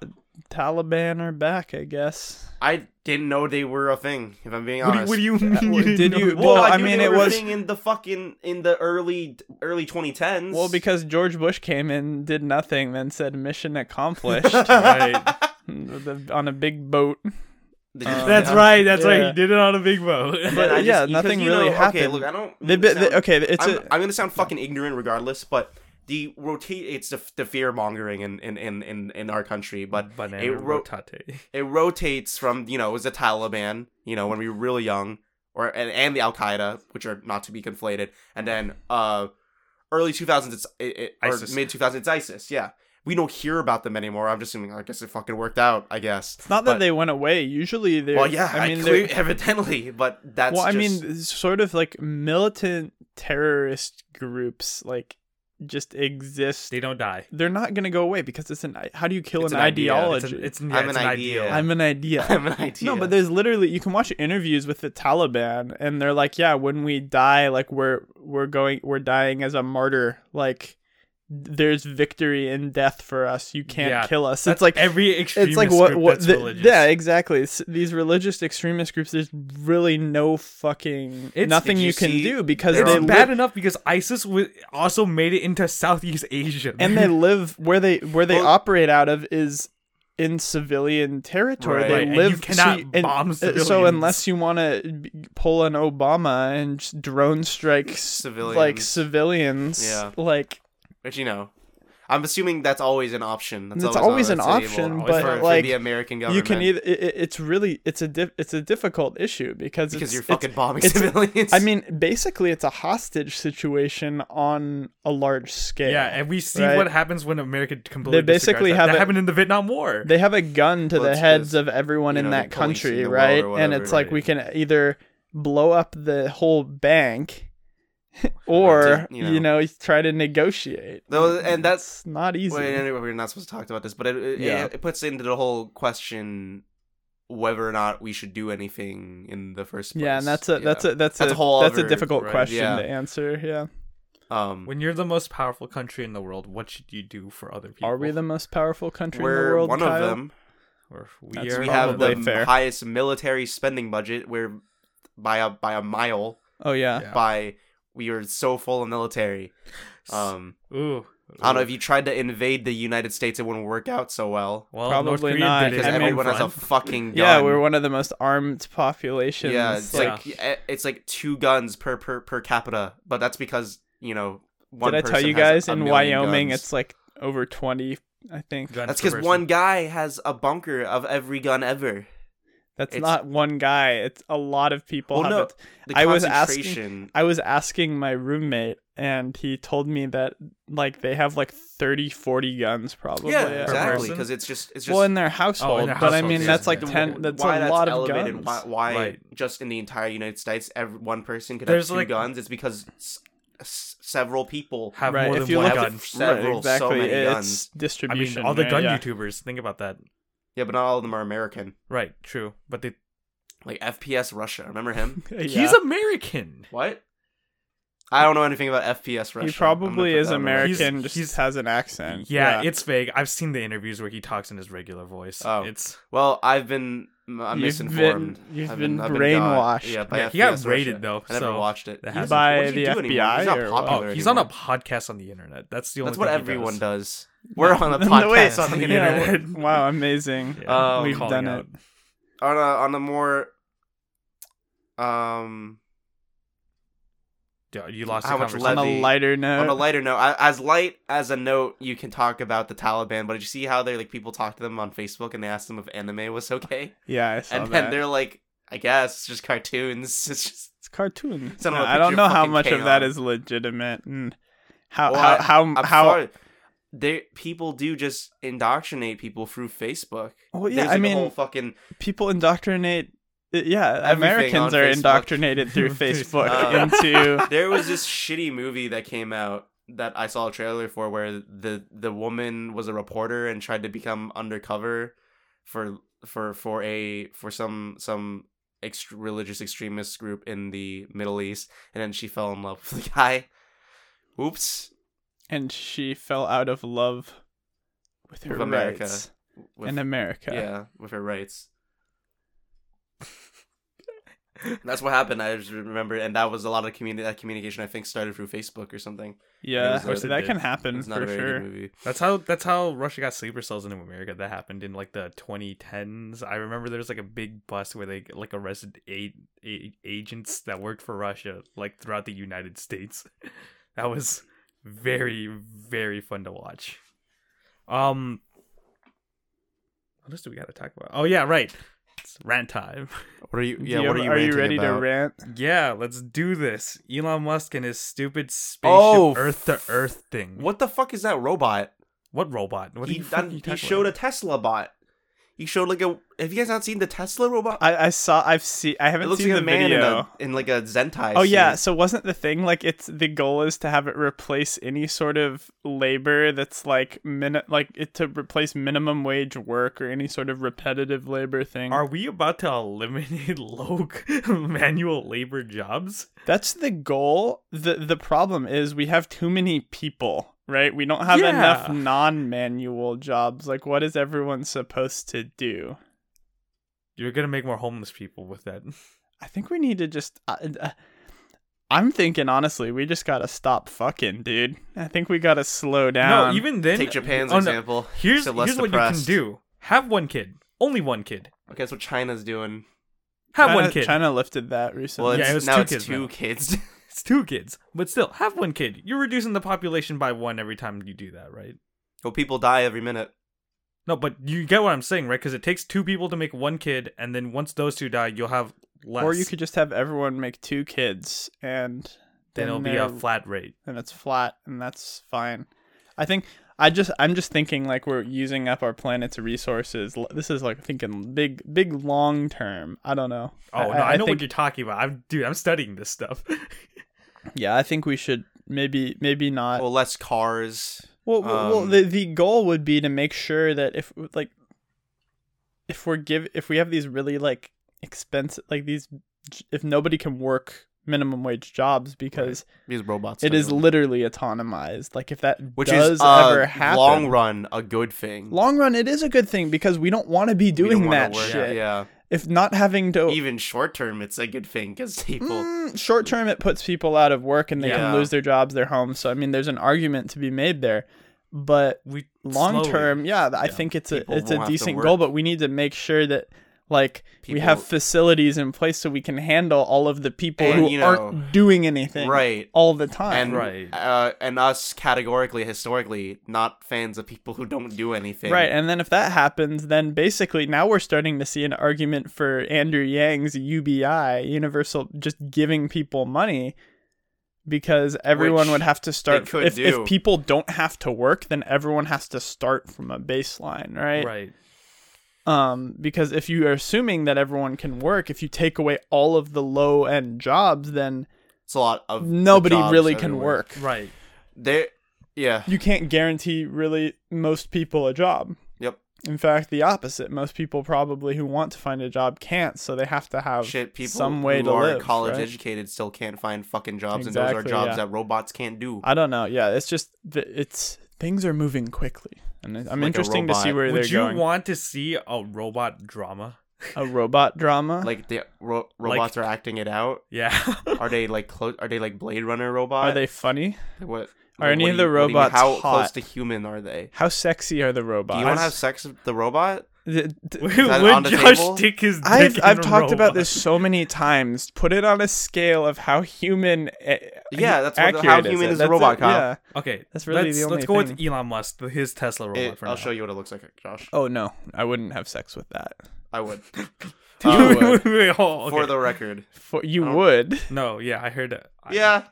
[SPEAKER 1] Taliban are back, I guess.
[SPEAKER 2] I didn't know they were a thing. If I'm being
[SPEAKER 3] What do, you-
[SPEAKER 2] honest.
[SPEAKER 3] what do you mean?
[SPEAKER 1] well,
[SPEAKER 3] didn't
[SPEAKER 1] did
[SPEAKER 3] know
[SPEAKER 1] you-
[SPEAKER 3] that?
[SPEAKER 1] Well, I
[SPEAKER 2] knew
[SPEAKER 1] mean,
[SPEAKER 2] they
[SPEAKER 1] it
[SPEAKER 2] were a
[SPEAKER 1] was-
[SPEAKER 2] thing in the fucking in the early early 2010s.
[SPEAKER 1] Well, because George Bush came in, did nothing, then said mission accomplished
[SPEAKER 3] Right.
[SPEAKER 1] with a- on a big boat.
[SPEAKER 2] Did you-
[SPEAKER 1] Um,
[SPEAKER 3] That's
[SPEAKER 1] Yeah.
[SPEAKER 3] right. That's right.
[SPEAKER 1] Yeah.
[SPEAKER 3] He did it on a big boat.
[SPEAKER 2] But I just-
[SPEAKER 1] yeah,
[SPEAKER 2] because,
[SPEAKER 1] nothing
[SPEAKER 2] you
[SPEAKER 1] really
[SPEAKER 2] know, Okay,
[SPEAKER 1] happened.
[SPEAKER 2] look, I don't.
[SPEAKER 1] They, bit-
[SPEAKER 2] sound-
[SPEAKER 1] they- okay, it's
[SPEAKER 2] I'm,
[SPEAKER 1] a
[SPEAKER 2] I'm gonna sound fucking ignorant regardless, but the rotate it's the, the fear mongering in, in, in, in, in our country, but
[SPEAKER 3] Banana
[SPEAKER 2] it ro-
[SPEAKER 3] rotate.
[SPEAKER 2] it rotates from you know it was the Taliban, you know when we were really young, or and, and the Al Qaeda, which are not to be conflated, and then uh early 2000s it's it, it, or
[SPEAKER 3] ISIS.
[SPEAKER 2] mid 2000s it's ISIS, yeah. We don't hear about them anymore. I'm just assuming. I guess it fucking worked out. I guess.
[SPEAKER 1] it's not that
[SPEAKER 2] but-
[SPEAKER 1] they went away. Usually, they're
[SPEAKER 2] Well, yeah.
[SPEAKER 1] I mean, they're-
[SPEAKER 2] clear, evidently, but that's.
[SPEAKER 1] well, I
[SPEAKER 2] just-
[SPEAKER 1] mean, it's sort of like militant terrorist groups like just exist.
[SPEAKER 3] They don't die.
[SPEAKER 1] They're not gonna go away because it's an. How do you kill
[SPEAKER 2] It's
[SPEAKER 1] an,
[SPEAKER 2] an idea.
[SPEAKER 1] ideology?
[SPEAKER 3] It's an, it's, yeah,
[SPEAKER 2] I'm
[SPEAKER 3] it's
[SPEAKER 2] an
[SPEAKER 3] an
[SPEAKER 2] idea.
[SPEAKER 3] ideal.
[SPEAKER 1] I'm an idea.
[SPEAKER 2] I have an idea.
[SPEAKER 1] No, but there's literally you can watch interviews with the Taliban and they're like, yeah, when we die, like we're we're going we're dying as a martyr. Like there's victory in death for us. You can't
[SPEAKER 3] Yeah,
[SPEAKER 1] kill us.
[SPEAKER 3] That's
[SPEAKER 1] It's like
[SPEAKER 3] every extremist
[SPEAKER 1] it's like what
[SPEAKER 3] group
[SPEAKER 1] what
[SPEAKER 3] that's
[SPEAKER 1] the-
[SPEAKER 3] religious.
[SPEAKER 1] yeah exactly. It's, these religious extremist groups. There's really no fucking
[SPEAKER 3] It's-
[SPEAKER 1] nothing
[SPEAKER 2] did
[SPEAKER 1] you,
[SPEAKER 2] you
[SPEAKER 1] can
[SPEAKER 2] see-
[SPEAKER 1] do because they
[SPEAKER 2] they're
[SPEAKER 3] It's
[SPEAKER 2] on-
[SPEAKER 1] live,
[SPEAKER 3] bad enough because ISIS w- also made it into Southeast Asia.
[SPEAKER 1] and they live where they where they
[SPEAKER 2] Well-
[SPEAKER 1] operate out of is in civilian territory.
[SPEAKER 2] Right.
[SPEAKER 1] They
[SPEAKER 2] Right,
[SPEAKER 3] and you
[SPEAKER 1] live
[SPEAKER 3] cannot
[SPEAKER 1] and-
[SPEAKER 3] bomb
[SPEAKER 1] uh, So
[SPEAKER 3] civilians.
[SPEAKER 1] unless you want to pull an Obama and just drone strike s- like
[SPEAKER 2] Civilians.
[SPEAKER 1] civilians,
[SPEAKER 2] Yeah.
[SPEAKER 1] like
[SPEAKER 2] But you know, I'm assuming that's always an option. That's
[SPEAKER 1] It's
[SPEAKER 2] always,
[SPEAKER 1] always an
[SPEAKER 2] that's
[SPEAKER 1] option,
[SPEAKER 2] able-
[SPEAKER 3] but,
[SPEAKER 2] for,
[SPEAKER 1] like,
[SPEAKER 2] for the American
[SPEAKER 1] you
[SPEAKER 2] government,
[SPEAKER 1] can either. It, it- it's really it's a diff, it's a difficult issue because
[SPEAKER 2] because
[SPEAKER 1] it's,
[SPEAKER 2] you're fucking
[SPEAKER 1] it's-
[SPEAKER 2] bombing
[SPEAKER 1] it's-
[SPEAKER 2] civilians.
[SPEAKER 1] I mean, basically, it's a hostage situation on a large scale.
[SPEAKER 3] yeah, and we see
[SPEAKER 1] Right.
[SPEAKER 3] what happens when America
[SPEAKER 1] They
[SPEAKER 3] completely.
[SPEAKER 1] basically
[SPEAKER 3] disregards that.
[SPEAKER 1] have
[SPEAKER 3] that
[SPEAKER 1] a-
[SPEAKER 3] happened in the Vietnam War.
[SPEAKER 1] they have a gun to
[SPEAKER 2] Well,
[SPEAKER 1] the
[SPEAKER 2] it's
[SPEAKER 1] heads
[SPEAKER 2] 'cause,
[SPEAKER 1] of everyone
[SPEAKER 2] you
[SPEAKER 1] in
[SPEAKER 2] know,
[SPEAKER 1] that
[SPEAKER 2] the police
[SPEAKER 1] country,
[SPEAKER 2] in the world
[SPEAKER 1] right?
[SPEAKER 2] or
[SPEAKER 1] and
[SPEAKER 2] whatever,
[SPEAKER 1] it's like
[SPEAKER 3] right.
[SPEAKER 1] we can either blow up the whole bank or
[SPEAKER 2] Or to,
[SPEAKER 1] you,
[SPEAKER 2] you
[SPEAKER 1] know,
[SPEAKER 2] know-
[SPEAKER 1] try to negotiate.
[SPEAKER 2] Though- and that's-
[SPEAKER 1] It's not easy.
[SPEAKER 2] Well, anyway, we're not supposed to talk about this, but it it,
[SPEAKER 1] Yeah.
[SPEAKER 2] it it puts into the whole question whether or not we should do anything in the first place.
[SPEAKER 1] yeah, and that's a that's a that's, a,
[SPEAKER 2] That's a whole
[SPEAKER 1] that's a
[SPEAKER 2] other-
[SPEAKER 1] difficult
[SPEAKER 3] right,
[SPEAKER 1] question
[SPEAKER 2] yeah.
[SPEAKER 1] to answer. Yeah,
[SPEAKER 2] um.
[SPEAKER 3] when you're the most powerful country in the world, what should you do for other people?
[SPEAKER 1] are we the most powerful country in the
[SPEAKER 2] We're
[SPEAKER 1] world?
[SPEAKER 2] one
[SPEAKER 1] Kyle?
[SPEAKER 2] of them.
[SPEAKER 3] Or we
[SPEAKER 1] That's-
[SPEAKER 3] are
[SPEAKER 2] We have the
[SPEAKER 1] Probably fair.
[SPEAKER 2] highest military spending budget. We're by a by a mile.
[SPEAKER 1] Oh yeah.
[SPEAKER 3] Yeah.
[SPEAKER 2] By we are so full of military. Um.
[SPEAKER 3] Ooh.
[SPEAKER 2] I don't know if you tried to invade the United States, it wouldn't work out so well
[SPEAKER 3] Well,
[SPEAKER 1] Probably
[SPEAKER 3] North Korea
[SPEAKER 1] not,
[SPEAKER 3] did it
[SPEAKER 2] because
[SPEAKER 1] I mean,
[SPEAKER 2] everyone has a
[SPEAKER 3] front.
[SPEAKER 2] fucking gun.
[SPEAKER 1] Yeah, we're one of the most armed populations.
[SPEAKER 2] yeah. It's
[SPEAKER 1] like,
[SPEAKER 2] like eh, it's like two guns per per per capita, but that's because you know one.
[SPEAKER 1] did I tell
[SPEAKER 2] person
[SPEAKER 1] you
[SPEAKER 2] has
[SPEAKER 1] guys
[SPEAKER 2] a
[SPEAKER 1] in
[SPEAKER 2] million
[SPEAKER 1] Wyoming?
[SPEAKER 2] guns.
[SPEAKER 1] It's like over twenty, I think.
[SPEAKER 3] Gun
[SPEAKER 2] that's
[SPEAKER 3] per
[SPEAKER 2] because
[SPEAKER 3] person.
[SPEAKER 2] one guy has a bunker of every gun ever.
[SPEAKER 1] That's
[SPEAKER 2] It's-
[SPEAKER 1] not one guy. It's a lot of people.
[SPEAKER 2] Well,
[SPEAKER 1] have
[SPEAKER 2] no,
[SPEAKER 1] it.
[SPEAKER 2] The
[SPEAKER 1] I was asking-
[SPEAKER 2] concentration.
[SPEAKER 1] I was asking my roommate, and he told me that like they have like 30, 40 guns probably.
[SPEAKER 2] yeah,
[SPEAKER 1] at-
[SPEAKER 2] exactly.
[SPEAKER 3] person.
[SPEAKER 2] Because it's just it's just
[SPEAKER 1] Well, in their household, but I
[SPEAKER 3] Oh, household,
[SPEAKER 1] mean
[SPEAKER 3] yeah.
[SPEAKER 1] that's like
[SPEAKER 3] Yeah.
[SPEAKER 1] ten. That's
[SPEAKER 2] why
[SPEAKER 1] a lot of
[SPEAKER 2] elevated,
[SPEAKER 1] guns.
[SPEAKER 2] Why, why
[SPEAKER 3] Right.
[SPEAKER 2] just in the entire United States, every, one person could
[SPEAKER 3] There's,
[SPEAKER 2] have two
[SPEAKER 3] like-
[SPEAKER 2] guns? It's because s- s- several people
[SPEAKER 3] have
[SPEAKER 1] right,
[SPEAKER 3] more
[SPEAKER 1] if
[SPEAKER 3] than
[SPEAKER 1] you
[SPEAKER 3] one
[SPEAKER 1] look
[SPEAKER 2] have
[SPEAKER 3] gun.
[SPEAKER 2] several, so
[SPEAKER 1] right,
[SPEAKER 2] many
[SPEAKER 1] exactly.
[SPEAKER 2] guns.
[SPEAKER 1] It's
[SPEAKER 3] I mean,
[SPEAKER 1] distribution.
[SPEAKER 3] all the
[SPEAKER 1] right?
[SPEAKER 3] gun
[SPEAKER 1] yeah.
[SPEAKER 3] YouTubers. Think about that.
[SPEAKER 2] Yeah, but not all of them are American.
[SPEAKER 3] Right, true. But they
[SPEAKER 2] Like FPS Russia. Remember him?
[SPEAKER 3] he's
[SPEAKER 1] Yeah.
[SPEAKER 3] American.
[SPEAKER 2] what? I don't know anything about FPS
[SPEAKER 1] he
[SPEAKER 2] Russia. I'm gonna
[SPEAKER 1] probably
[SPEAKER 2] put
[SPEAKER 1] is
[SPEAKER 2] that on my-
[SPEAKER 1] American.
[SPEAKER 3] He's-
[SPEAKER 1] just
[SPEAKER 3] he's-
[SPEAKER 1] has an accent.
[SPEAKER 3] Yeah, it's vague. I've seen the interviews where he talks in his regular voice.
[SPEAKER 2] Oh.
[SPEAKER 3] It's
[SPEAKER 2] Well, I've been m- I'm
[SPEAKER 1] You've
[SPEAKER 2] misinformed.
[SPEAKER 1] been- you've
[SPEAKER 2] I've
[SPEAKER 1] been
[SPEAKER 2] I've
[SPEAKER 1] brainwashed.
[SPEAKER 2] got- Yeah, by
[SPEAKER 3] Yeah, he got
[SPEAKER 2] FPS
[SPEAKER 3] raided,
[SPEAKER 2] Russia.
[SPEAKER 3] though,
[SPEAKER 2] I never
[SPEAKER 3] so
[SPEAKER 2] watched it.
[SPEAKER 3] that hasn't-
[SPEAKER 2] He's-
[SPEAKER 1] By
[SPEAKER 2] what does he
[SPEAKER 1] the
[SPEAKER 2] do anymore? He's
[SPEAKER 1] FBI
[SPEAKER 2] not
[SPEAKER 1] or
[SPEAKER 3] oh,
[SPEAKER 2] popular
[SPEAKER 3] he's on a
[SPEAKER 2] anymore.
[SPEAKER 3] podcast on the internet. That's the only.
[SPEAKER 2] That's what
[SPEAKER 3] thing he
[SPEAKER 2] everyone
[SPEAKER 3] does.
[SPEAKER 2] does. We're on a
[SPEAKER 1] No,
[SPEAKER 2] podcast
[SPEAKER 1] wait,
[SPEAKER 2] on the
[SPEAKER 1] yeah,
[SPEAKER 2] internet.
[SPEAKER 3] internet.
[SPEAKER 1] Wow, amazing.
[SPEAKER 2] Um,
[SPEAKER 1] We've
[SPEAKER 3] calling
[SPEAKER 1] done
[SPEAKER 3] out.
[SPEAKER 1] it.
[SPEAKER 2] on a on a more um
[SPEAKER 3] Yeah, you lost
[SPEAKER 2] How
[SPEAKER 3] the
[SPEAKER 2] much
[SPEAKER 3] conversation.
[SPEAKER 1] On a
[SPEAKER 2] Levy.
[SPEAKER 1] lighter note,
[SPEAKER 2] on a lighter note, I- as light as a note you can talk about the Taliban, but did you see how they like people talk to them on Facebook and they asked them if anime was okay?
[SPEAKER 1] yeah, I saw
[SPEAKER 2] And then
[SPEAKER 1] that.
[SPEAKER 2] they're like, I guess it's just cartoons. It's just
[SPEAKER 1] It's cartoon.
[SPEAKER 2] Send him a
[SPEAKER 1] I don't
[SPEAKER 2] picture
[SPEAKER 1] know
[SPEAKER 2] of
[SPEAKER 1] how
[SPEAKER 2] fucking
[SPEAKER 1] much of that
[SPEAKER 2] K-On.
[SPEAKER 1] is legitimate and how
[SPEAKER 2] Well, I-
[SPEAKER 1] how how
[SPEAKER 2] I'm
[SPEAKER 1] how.
[SPEAKER 2] sorry. They people do just indoctrinate people through Facebook.
[SPEAKER 1] Well, yeah,
[SPEAKER 2] There's, like,
[SPEAKER 1] I
[SPEAKER 2] a
[SPEAKER 1] mean,
[SPEAKER 2] whole fucking
[SPEAKER 1] people indoctrinate. uh, Yeah,
[SPEAKER 2] Everything
[SPEAKER 1] Americans
[SPEAKER 2] on
[SPEAKER 1] are
[SPEAKER 2] Facebook.
[SPEAKER 1] indoctrinated through Facebook
[SPEAKER 2] Uh,
[SPEAKER 1] into.
[SPEAKER 2] there was this shitty movie that came out that I saw a trailer for where the the woman was a reporter and tried to become undercover for for for a for some some ext- religious extremist group in the Middle East and then she fell in love with the guy. Oops.
[SPEAKER 1] And she fell out of love with her
[SPEAKER 2] With America.
[SPEAKER 1] rights
[SPEAKER 2] With,
[SPEAKER 1] in America.
[SPEAKER 2] Yeah, with her rights. That's what happened. I just remember, and that was a lot of communi- that communication. I think started through Facebook or something.
[SPEAKER 1] Yeah,
[SPEAKER 2] Of course
[SPEAKER 1] that
[SPEAKER 3] it did.
[SPEAKER 1] can happen
[SPEAKER 2] It's not
[SPEAKER 1] for
[SPEAKER 2] a very
[SPEAKER 1] sure.
[SPEAKER 2] good movie.
[SPEAKER 3] That's how that's how Russia got sleeper cells in America. That happened in like the 2010s. I remember there was like a big bus where they like arrested eight, eight agents that worked for Russia like throughout the United States. That was very very fun to watch. Um, what else do we got to talk about? Oh yeah, right. It's rant time.
[SPEAKER 2] What are you?
[SPEAKER 1] Do you- are you ready to rant?
[SPEAKER 3] Yeah, let's do this. Elon Musk and his stupid spaceship
[SPEAKER 2] Oh,
[SPEAKER 3] Earth to Earth thing.
[SPEAKER 2] What the fuck is that robot?
[SPEAKER 3] What robot? What
[SPEAKER 2] he,
[SPEAKER 3] fuck
[SPEAKER 2] done- he
[SPEAKER 3] talking
[SPEAKER 2] showed
[SPEAKER 3] about?
[SPEAKER 2] a Tesla bot. He showed like a. Have you guys not seen the Tesla robot?
[SPEAKER 1] I, I saw. I've seen. I
[SPEAKER 2] it
[SPEAKER 1] haven't
[SPEAKER 2] looks
[SPEAKER 1] seen
[SPEAKER 2] like a
[SPEAKER 1] the
[SPEAKER 2] man in,
[SPEAKER 1] video.
[SPEAKER 2] a, in like a Zentai.
[SPEAKER 1] Oh
[SPEAKER 2] suit.
[SPEAKER 1] yeah, so wasn't the thing like it's the goal is to have it replace any sort of labor that's like min like it to replace minimum wage work or any sort of repetitive labor thing.
[SPEAKER 3] Are we about to eliminate low manual labor jobs?
[SPEAKER 1] that's the goal. The the problem is we have too many people, right? We don't have
[SPEAKER 3] Yeah.
[SPEAKER 1] enough non-manual jobs. Like what is everyone supposed to do?
[SPEAKER 3] You're gonna make more homeless people with that.
[SPEAKER 1] I think we need to just uh, uh, I'm thinking honestly, we just got to stop fucking, dude. I think we got to slow down.
[SPEAKER 3] no, even then.
[SPEAKER 2] Take Japan's
[SPEAKER 3] Um, oh, no.
[SPEAKER 2] example.
[SPEAKER 3] Here's
[SPEAKER 2] They're less
[SPEAKER 3] here's what
[SPEAKER 2] depressed.
[SPEAKER 3] you can do: have one kid, only one kid.
[SPEAKER 2] Okay, that's what China's doing.
[SPEAKER 3] Have
[SPEAKER 1] China,
[SPEAKER 3] one kid.
[SPEAKER 1] China lifted that recently.
[SPEAKER 2] Well,
[SPEAKER 3] Yeah,
[SPEAKER 2] it's,
[SPEAKER 3] it was
[SPEAKER 2] now
[SPEAKER 3] two
[SPEAKER 2] it's
[SPEAKER 3] kids
[SPEAKER 2] two
[SPEAKER 3] now.
[SPEAKER 2] kids.
[SPEAKER 3] It's two kids, but still, have one kid. You're reducing the population by one every time you do that, right?
[SPEAKER 2] well, people die every minute.
[SPEAKER 3] No, but you get what I'm saying, right? Because it takes two people to make one kid, and then once those two die, you'll have less.
[SPEAKER 1] Or you could just have everyone make two kids and
[SPEAKER 3] then it'll be
[SPEAKER 1] they're-
[SPEAKER 3] a flat rate.
[SPEAKER 1] and it's flat and that's fine. I think I just I'm just thinking like we're using up our planet's resources. L- This is like thinking big big long term. I don't know.
[SPEAKER 3] Oh no, I, know
[SPEAKER 1] think,
[SPEAKER 3] what you're talking about. I'm dude, I'm studying this stuff.
[SPEAKER 1] Yeah, I think we should maybe maybe not.
[SPEAKER 2] Well, less cars.
[SPEAKER 1] Well, well, well
[SPEAKER 2] Um,
[SPEAKER 1] the the goal would be to make sure that if like if we're give if we have these really like expensive like these j- if nobody can work minimum wage jobs because
[SPEAKER 2] These robots.
[SPEAKER 1] it
[SPEAKER 2] are
[SPEAKER 1] is
[SPEAKER 2] doing-
[SPEAKER 1] literally autonomized. Like if that
[SPEAKER 2] which
[SPEAKER 1] does
[SPEAKER 2] is uh,
[SPEAKER 1] ever happen,
[SPEAKER 2] long run a good thing.
[SPEAKER 1] long run, it is a good thing because we don't want to be
[SPEAKER 2] We don't
[SPEAKER 1] doing
[SPEAKER 2] wanna
[SPEAKER 1] that
[SPEAKER 2] work-
[SPEAKER 1] shit.
[SPEAKER 2] Yeah,
[SPEAKER 1] If not having to
[SPEAKER 2] even short term, it's a good thing because people.
[SPEAKER 1] Mm, short term it puts people out of work and they
[SPEAKER 2] Yeah.
[SPEAKER 1] can lose their jobs, their homes. So I mean, there's an argument to be made there, but
[SPEAKER 3] We
[SPEAKER 1] long
[SPEAKER 3] slowly-
[SPEAKER 1] term yeah, i
[SPEAKER 3] Yeah.
[SPEAKER 1] think it's a
[SPEAKER 2] People
[SPEAKER 1] it's a
[SPEAKER 2] won't have to
[SPEAKER 1] decent
[SPEAKER 2] work.
[SPEAKER 1] goal but we need to make sure that like we have
[SPEAKER 2] People-
[SPEAKER 1] facilities in place so we can handle all of the people
[SPEAKER 2] And,
[SPEAKER 1] who
[SPEAKER 2] you know,
[SPEAKER 1] aren't doing anything
[SPEAKER 2] right.
[SPEAKER 1] all the time
[SPEAKER 2] And
[SPEAKER 3] Right.
[SPEAKER 2] uh, and us categorically, historically, not fans of people who don't do anything.
[SPEAKER 1] Right, and then if that happens, then basically now we're starting to see an argument for Andrew Yang's UBI, universal just giving people money because everyone
[SPEAKER 2] Which
[SPEAKER 1] would have to start
[SPEAKER 2] could
[SPEAKER 1] if,
[SPEAKER 2] do.
[SPEAKER 1] if people don't have to work, then everyone has to start from a baseline, right?
[SPEAKER 3] Right.
[SPEAKER 1] um, because if you are assuming that everyone can work, if you take away all of the low end jobs, then
[SPEAKER 2] It's a lot of
[SPEAKER 1] nobody
[SPEAKER 2] jobs
[SPEAKER 1] really can
[SPEAKER 2] everywhere.
[SPEAKER 1] work.
[SPEAKER 3] Right.
[SPEAKER 2] There, yeah,
[SPEAKER 1] You can't guarantee really most people a job.
[SPEAKER 2] Yep.
[SPEAKER 1] In fact, the opposite. Most people probably who want to find a job can't, so they have to have
[SPEAKER 2] Shit, people
[SPEAKER 1] some way
[SPEAKER 2] who
[SPEAKER 1] to
[SPEAKER 2] are
[SPEAKER 1] live,
[SPEAKER 2] college
[SPEAKER 1] right?
[SPEAKER 2] educated still can't find fucking jobs, and those
[SPEAKER 1] Exactly,
[SPEAKER 2] are jobs
[SPEAKER 1] yeah.
[SPEAKER 2] that robots can't do.
[SPEAKER 1] I don't know. Yeah, it's just th- it's things are moving quickly, and it- I'm
[SPEAKER 2] Like a
[SPEAKER 1] interesting to see
[SPEAKER 2] robot.
[SPEAKER 1] where
[SPEAKER 3] Would
[SPEAKER 1] they're
[SPEAKER 3] you
[SPEAKER 1] going.
[SPEAKER 3] want to see a robot drama?
[SPEAKER 1] a robot drama?
[SPEAKER 2] like the ro- robots are acting it out.
[SPEAKER 3] Yeah.
[SPEAKER 2] Are they like close? Are they like Blade Runner robots?
[SPEAKER 1] are they funny?
[SPEAKER 2] What
[SPEAKER 1] Are
[SPEAKER 2] like,
[SPEAKER 1] any
[SPEAKER 2] what
[SPEAKER 1] of
[SPEAKER 2] do
[SPEAKER 1] the
[SPEAKER 2] you- what do you-
[SPEAKER 1] robots
[SPEAKER 2] How close
[SPEAKER 1] hot?
[SPEAKER 2] to human are they?
[SPEAKER 1] How sexy are the
[SPEAKER 2] Do
[SPEAKER 1] robots?
[SPEAKER 2] you want to have sex with the robot?
[SPEAKER 1] Th- th-
[SPEAKER 3] Would
[SPEAKER 2] that on the
[SPEAKER 3] Josh
[SPEAKER 2] table?
[SPEAKER 3] stick his dick
[SPEAKER 1] I've
[SPEAKER 3] in
[SPEAKER 1] I've
[SPEAKER 3] a
[SPEAKER 1] talked about
[SPEAKER 3] robot?
[SPEAKER 1] this so many times. Put it on a scale of how human. a-
[SPEAKER 2] Yeah, that's what- how
[SPEAKER 1] accurate
[SPEAKER 2] human
[SPEAKER 1] it?
[SPEAKER 2] is a
[SPEAKER 1] That's
[SPEAKER 2] robot,
[SPEAKER 1] it,
[SPEAKER 2] Kyle.
[SPEAKER 1] Yeah.
[SPEAKER 3] Okay,
[SPEAKER 1] That's really
[SPEAKER 3] let's,
[SPEAKER 1] the
[SPEAKER 3] let's
[SPEAKER 1] only
[SPEAKER 3] go with
[SPEAKER 1] thing.
[SPEAKER 3] Elon Musk, the- his Tesla robot.
[SPEAKER 2] It-
[SPEAKER 3] for
[SPEAKER 2] I'll
[SPEAKER 3] now.
[SPEAKER 2] show you what it looks like, Josh.
[SPEAKER 1] Oh no, I wouldn't have sex with that.
[SPEAKER 2] I would. Um,
[SPEAKER 1] You
[SPEAKER 3] Wait, wait, wait, hold-
[SPEAKER 2] For
[SPEAKER 3] okay.
[SPEAKER 2] the record,
[SPEAKER 1] For you
[SPEAKER 2] Oh.
[SPEAKER 1] would.
[SPEAKER 3] no, yeah, I heard it. I-
[SPEAKER 2] yeah,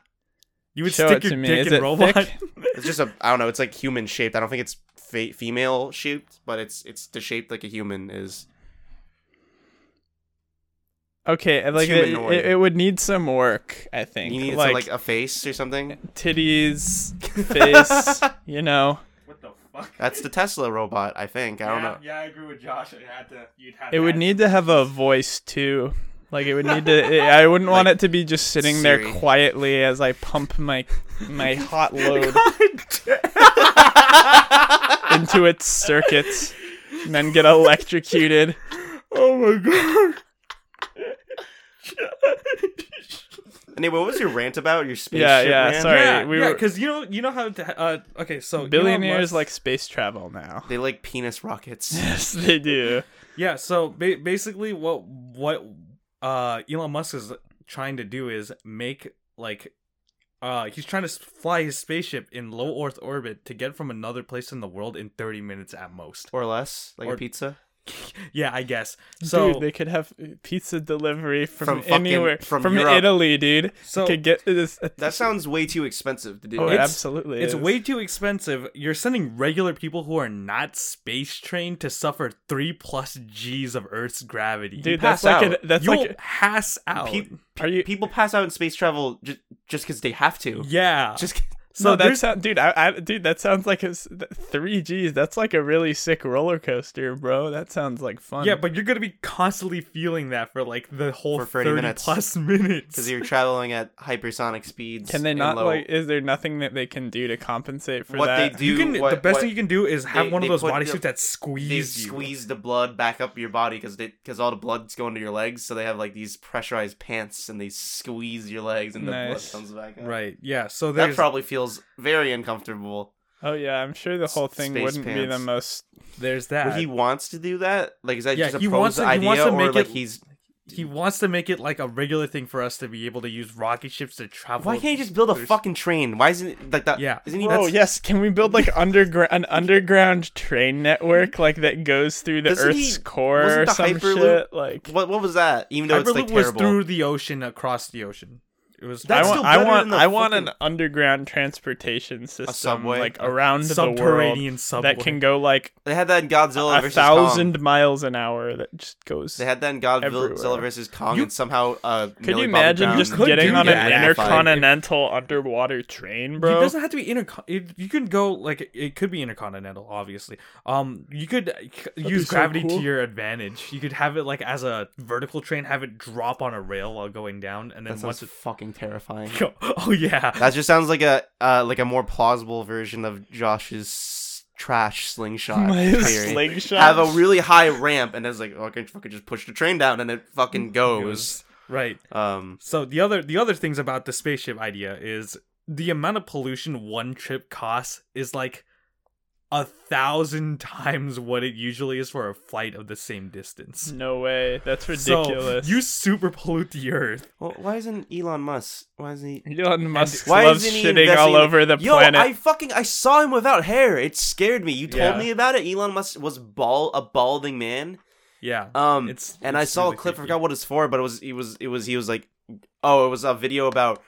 [SPEAKER 3] you would
[SPEAKER 1] Show
[SPEAKER 3] stick
[SPEAKER 1] it
[SPEAKER 3] your
[SPEAKER 1] to me.
[SPEAKER 3] dick
[SPEAKER 1] Is
[SPEAKER 3] in
[SPEAKER 1] it
[SPEAKER 3] robot.
[SPEAKER 1] thick?
[SPEAKER 2] it's just a. I don't know. It's like human shaped. I don't think it's fe- female shaped, but it's it's the shape like a human is.
[SPEAKER 1] Okay, and, like it,
[SPEAKER 2] humanoid.
[SPEAKER 1] it, it would need some work, I
[SPEAKER 2] You
[SPEAKER 1] think.
[SPEAKER 2] need
[SPEAKER 1] like,
[SPEAKER 2] like, like a face or something.
[SPEAKER 1] titties, face, you know.
[SPEAKER 3] what the fuck?
[SPEAKER 2] That's the Tesla robot, I think.
[SPEAKER 1] Oh,
[SPEAKER 2] I don't know.
[SPEAKER 3] Yeah, I agree with Josh. I had to. You'd have
[SPEAKER 1] It would need to have a voice too. Like it would need to. It, I wouldn't want it to be just sitting there
[SPEAKER 2] Siri.
[SPEAKER 1] quietly as I pump my my hot load into its circuits, and then get electrocuted.
[SPEAKER 3] oh my god.
[SPEAKER 2] Anyway, what was your rant about? Your spaceship
[SPEAKER 1] Yeah, yeah,
[SPEAKER 2] rant?
[SPEAKER 1] sorry.
[SPEAKER 3] yeah,
[SPEAKER 1] we
[SPEAKER 3] yeah,
[SPEAKER 1] were-
[SPEAKER 3] because you know, you know how. To, uh, okay, so Elon
[SPEAKER 1] Billionaires
[SPEAKER 3] Musk-
[SPEAKER 1] like space travel now.
[SPEAKER 2] They like penis rockets.
[SPEAKER 1] Yes, they do.
[SPEAKER 3] Yeah, so ba- basically what what uh Elon Musk is trying to do is make like uh he's trying to s- fly his spaceship in low earth orbit to get from another place in the world in 30 minutes at most.
[SPEAKER 2] Or less, like
[SPEAKER 3] Or-
[SPEAKER 2] a pizza
[SPEAKER 3] Yeah, I guess. So
[SPEAKER 1] dude, they could have pizza delivery
[SPEAKER 2] From
[SPEAKER 1] from,
[SPEAKER 2] fucking-
[SPEAKER 1] anywhere,
[SPEAKER 2] from
[SPEAKER 1] from,
[SPEAKER 2] Europe.
[SPEAKER 1] Italy, dude.
[SPEAKER 3] So-
[SPEAKER 1] could get this.
[SPEAKER 2] That sounds way too expensive to do.
[SPEAKER 1] Oh, it
[SPEAKER 3] it's-
[SPEAKER 1] absolutely.
[SPEAKER 3] it's
[SPEAKER 1] is.
[SPEAKER 3] way too expensive. You're sending regular people who are not space trained to suffer 3 plus Gs of Earth's gravity.
[SPEAKER 1] dude.
[SPEAKER 2] pass
[SPEAKER 1] That's like
[SPEAKER 2] out.
[SPEAKER 1] a, that's
[SPEAKER 3] You'll
[SPEAKER 1] like.
[SPEAKER 3] pass out.
[SPEAKER 2] Pe-
[SPEAKER 1] Are you?
[SPEAKER 2] people pass out in space travel just just because they have to.
[SPEAKER 3] yeah.
[SPEAKER 2] Just 'cause-
[SPEAKER 1] So
[SPEAKER 3] No,
[SPEAKER 1] that
[SPEAKER 3] there's-
[SPEAKER 1] sound, dude. I, I, dude, that sounds like a s- th- three Gs. That's like a really sick roller coaster, bro. That sounds like fun.
[SPEAKER 3] Yeah, but you're gonna be constantly feeling that for like the whole
[SPEAKER 2] For 30
[SPEAKER 3] thirty,
[SPEAKER 2] minutes.
[SPEAKER 3] plus minutes.
[SPEAKER 2] because you're traveling at hypersonic speeds.
[SPEAKER 1] can they
[SPEAKER 2] and
[SPEAKER 1] not
[SPEAKER 2] low.
[SPEAKER 1] like? Is there nothing that they can do to compensate for
[SPEAKER 2] What
[SPEAKER 1] that?
[SPEAKER 2] they do-
[SPEAKER 3] You can.
[SPEAKER 2] what-
[SPEAKER 3] the best
[SPEAKER 2] what-
[SPEAKER 3] thing you can do is have
[SPEAKER 2] they-
[SPEAKER 3] one of
[SPEAKER 2] they
[SPEAKER 3] those
[SPEAKER 2] put
[SPEAKER 3] bodysuits
[SPEAKER 2] the-
[SPEAKER 3] that
[SPEAKER 2] they
[SPEAKER 3] squeeze you.
[SPEAKER 2] squeeze the blood back up your body because because all the blood's going to your legs, so they have like these pressurized pants and they squeeze your legs and
[SPEAKER 1] Nice.
[SPEAKER 2] the blood comes back. Up.
[SPEAKER 3] Right. Yeah. So
[SPEAKER 2] That
[SPEAKER 3] there's
[SPEAKER 2] probably feels very uncomfortable.
[SPEAKER 1] Oh yeah, I'm sure the whole thing
[SPEAKER 2] Space
[SPEAKER 1] wouldn't be the
[SPEAKER 2] pants.
[SPEAKER 1] most.
[SPEAKER 3] there's
[SPEAKER 2] Well,
[SPEAKER 3] that.
[SPEAKER 2] he
[SPEAKER 3] He,
[SPEAKER 2] wants to do that. Like, is that
[SPEAKER 3] Yeah,
[SPEAKER 2] just a
[SPEAKER 3] he
[SPEAKER 2] pros
[SPEAKER 3] wants to-
[SPEAKER 2] idea,
[SPEAKER 3] he wants to
[SPEAKER 2] or
[SPEAKER 3] make
[SPEAKER 2] like
[SPEAKER 3] it-
[SPEAKER 2] he's?
[SPEAKER 3] wants to make it like a regular thing for us to be able to use rocket ships to travel.
[SPEAKER 2] Why can't he just build a
[SPEAKER 3] there's-
[SPEAKER 2] fucking train? Why isn't it like that?
[SPEAKER 3] Yeah.
[SPEAKER 2] isn't he?
[SPEAKER 1] Oh
[SPEAKER 2] that's-
[SPEAKER 1] yes, can we build like underground an underground train network like that goes through the
[SPEAKER 2] Mm-hmm. Doesn't
[SPEAKER 1] Earth's
[SPEAKER 2] he-
[SPEAKER 1] core or
[SPEAKER 2] wasn't the
[SPEAKER 1] some
[SPEAKER 2] Hyperloop-
[SPEAKER 1] shit? Like
[SPEAKER 2] What what was that? Even though it's
[SPEAKER 3] Hyperloop
[SPEAKER 2] like
[SPEAKER 3] was
[SPEAKER 2] terrible.
[SPEAKER 3] through the ocean across the ocean. It was
[SPEAKER 1] I
[SPEAKER 2] That's
[SPEAKER 1] want,
[SPEAKER 2] still
[SPEAKER 1] I
[SPEAKER 2] better
[SPEAKER 1] want,
[SPEAKER 2] than the
[SPEAKER 1] I want
[SPEAKER 2] fucking-
[SPEAKER 1] an underground transportation system,
[SPEAKER 2] subway?
[SPEAKER 1] like around the world
[SPEAKER 3] subterranean subway.
[SPEAKER 1] that can go like
[SPEAKER 2] They had that in Godzilla
[SPEAKER 1] a
[SPEAKER 2] versus
[SPEAKER 1] thousand
[SPEAKER 2] Kong.
[SPEAKER 1] miles an hour that just goes.
[SPEAKER 2] They had that in Godzilla
[SPEAKER 1] everywhere.
[SPEAKER 2] versus Kong,
[SPEAKER 3] You-
[SPEAKER 2] and somehow uh,
[SPEAKER 1] Could you imagine just
[SPEAKER 3] could
[SPEAKER 1] getting
[SPEAKER 3] do
[SPEAKER 1] on
[SPEAKER 3] that.
[SPEAKER 1] an
[SPEAKER 3] Yeah,
[SPEAKER 2] fine.
[SPEAKER 1] intercontinental underwater train,
[SPEAKER 3] It
[SPEAKER 1] bro?
[SPEAKER 3] doesn't have to be intercon. It, you can go like it could be intercontinental, obviously. Um, you could uh, c- use
[SPEAKER 1] so
[SPEAKER 3] gravity
[SPEAKER 1] cool.
[SPEAKER 3] to your advantage. You could have it like as a vertical train, have it drop on a rail while going down, and then
[SPEAKER 2] That sounds
[SPEAKER 3] once it
[SPEAKER 2] fucking terrifying.
[SPEAKER 3] go, oh yeah,
[SPEAKER 2] That just sounds like a uh, like a more plausible version of Josh's s- trash slingshot
[SPEAKER 1] My
[SPEAKER 2] theory.
[SPEAKER 1] slingshot.
[SPEAKER 2] Have a really high ramp, and it's like, oh, I can fucking just push the train down, and it fucking goes.
[SPEAKER 3] right.
[SPEAKER 2] Um,
[SPEAKER 3] So the other the other things about the spaceship idea is the amount of pollution one trip costs is like a thousand times what it usually is for a flight of the same distance.
[SPEAKER 1] no way. That's
[SPEAKER 3] So,
[SPEAKER 1] Mm, ridiculous.
[SPEAKER 3] you super pollute the earth.
[SPEAKER 2] well, why isn't Elon Musk? Why isn't he?
[SPEAKER 1] Elon Musk
[SPEAKER 2] Why
[SPEAKER 1] loves
[SPEAKER 2] isn't he
[SPEAKER 1] shitting all
[SPEAKER 2] investing in-
[SPEAKER 1] over the
[SPEAKER 2] Yo,
[SPEAKER 1] planet.
[SPEAKER 2] I fucking I saw him without hair. It scared me. You told
[SPEAKER 1] Yeah.
[SPEAKER 2] me about it. Elon Musk was ball a balding man.
[SPEAKER 3] Yeah.
[SPEAKER 2] Um,
[SPEAKER 3] It's-
[SPEAKER 2] and
[SPEAKER 3] it's
[SPEAKER 2] I saw
[SPEAKER 3] really
[SPEAKER 2] a clip.
[SPEAKER 3] creepy.
[SPEAKER 2] I forgot what it's for, but it was it was it was he was like, oh, it was a video about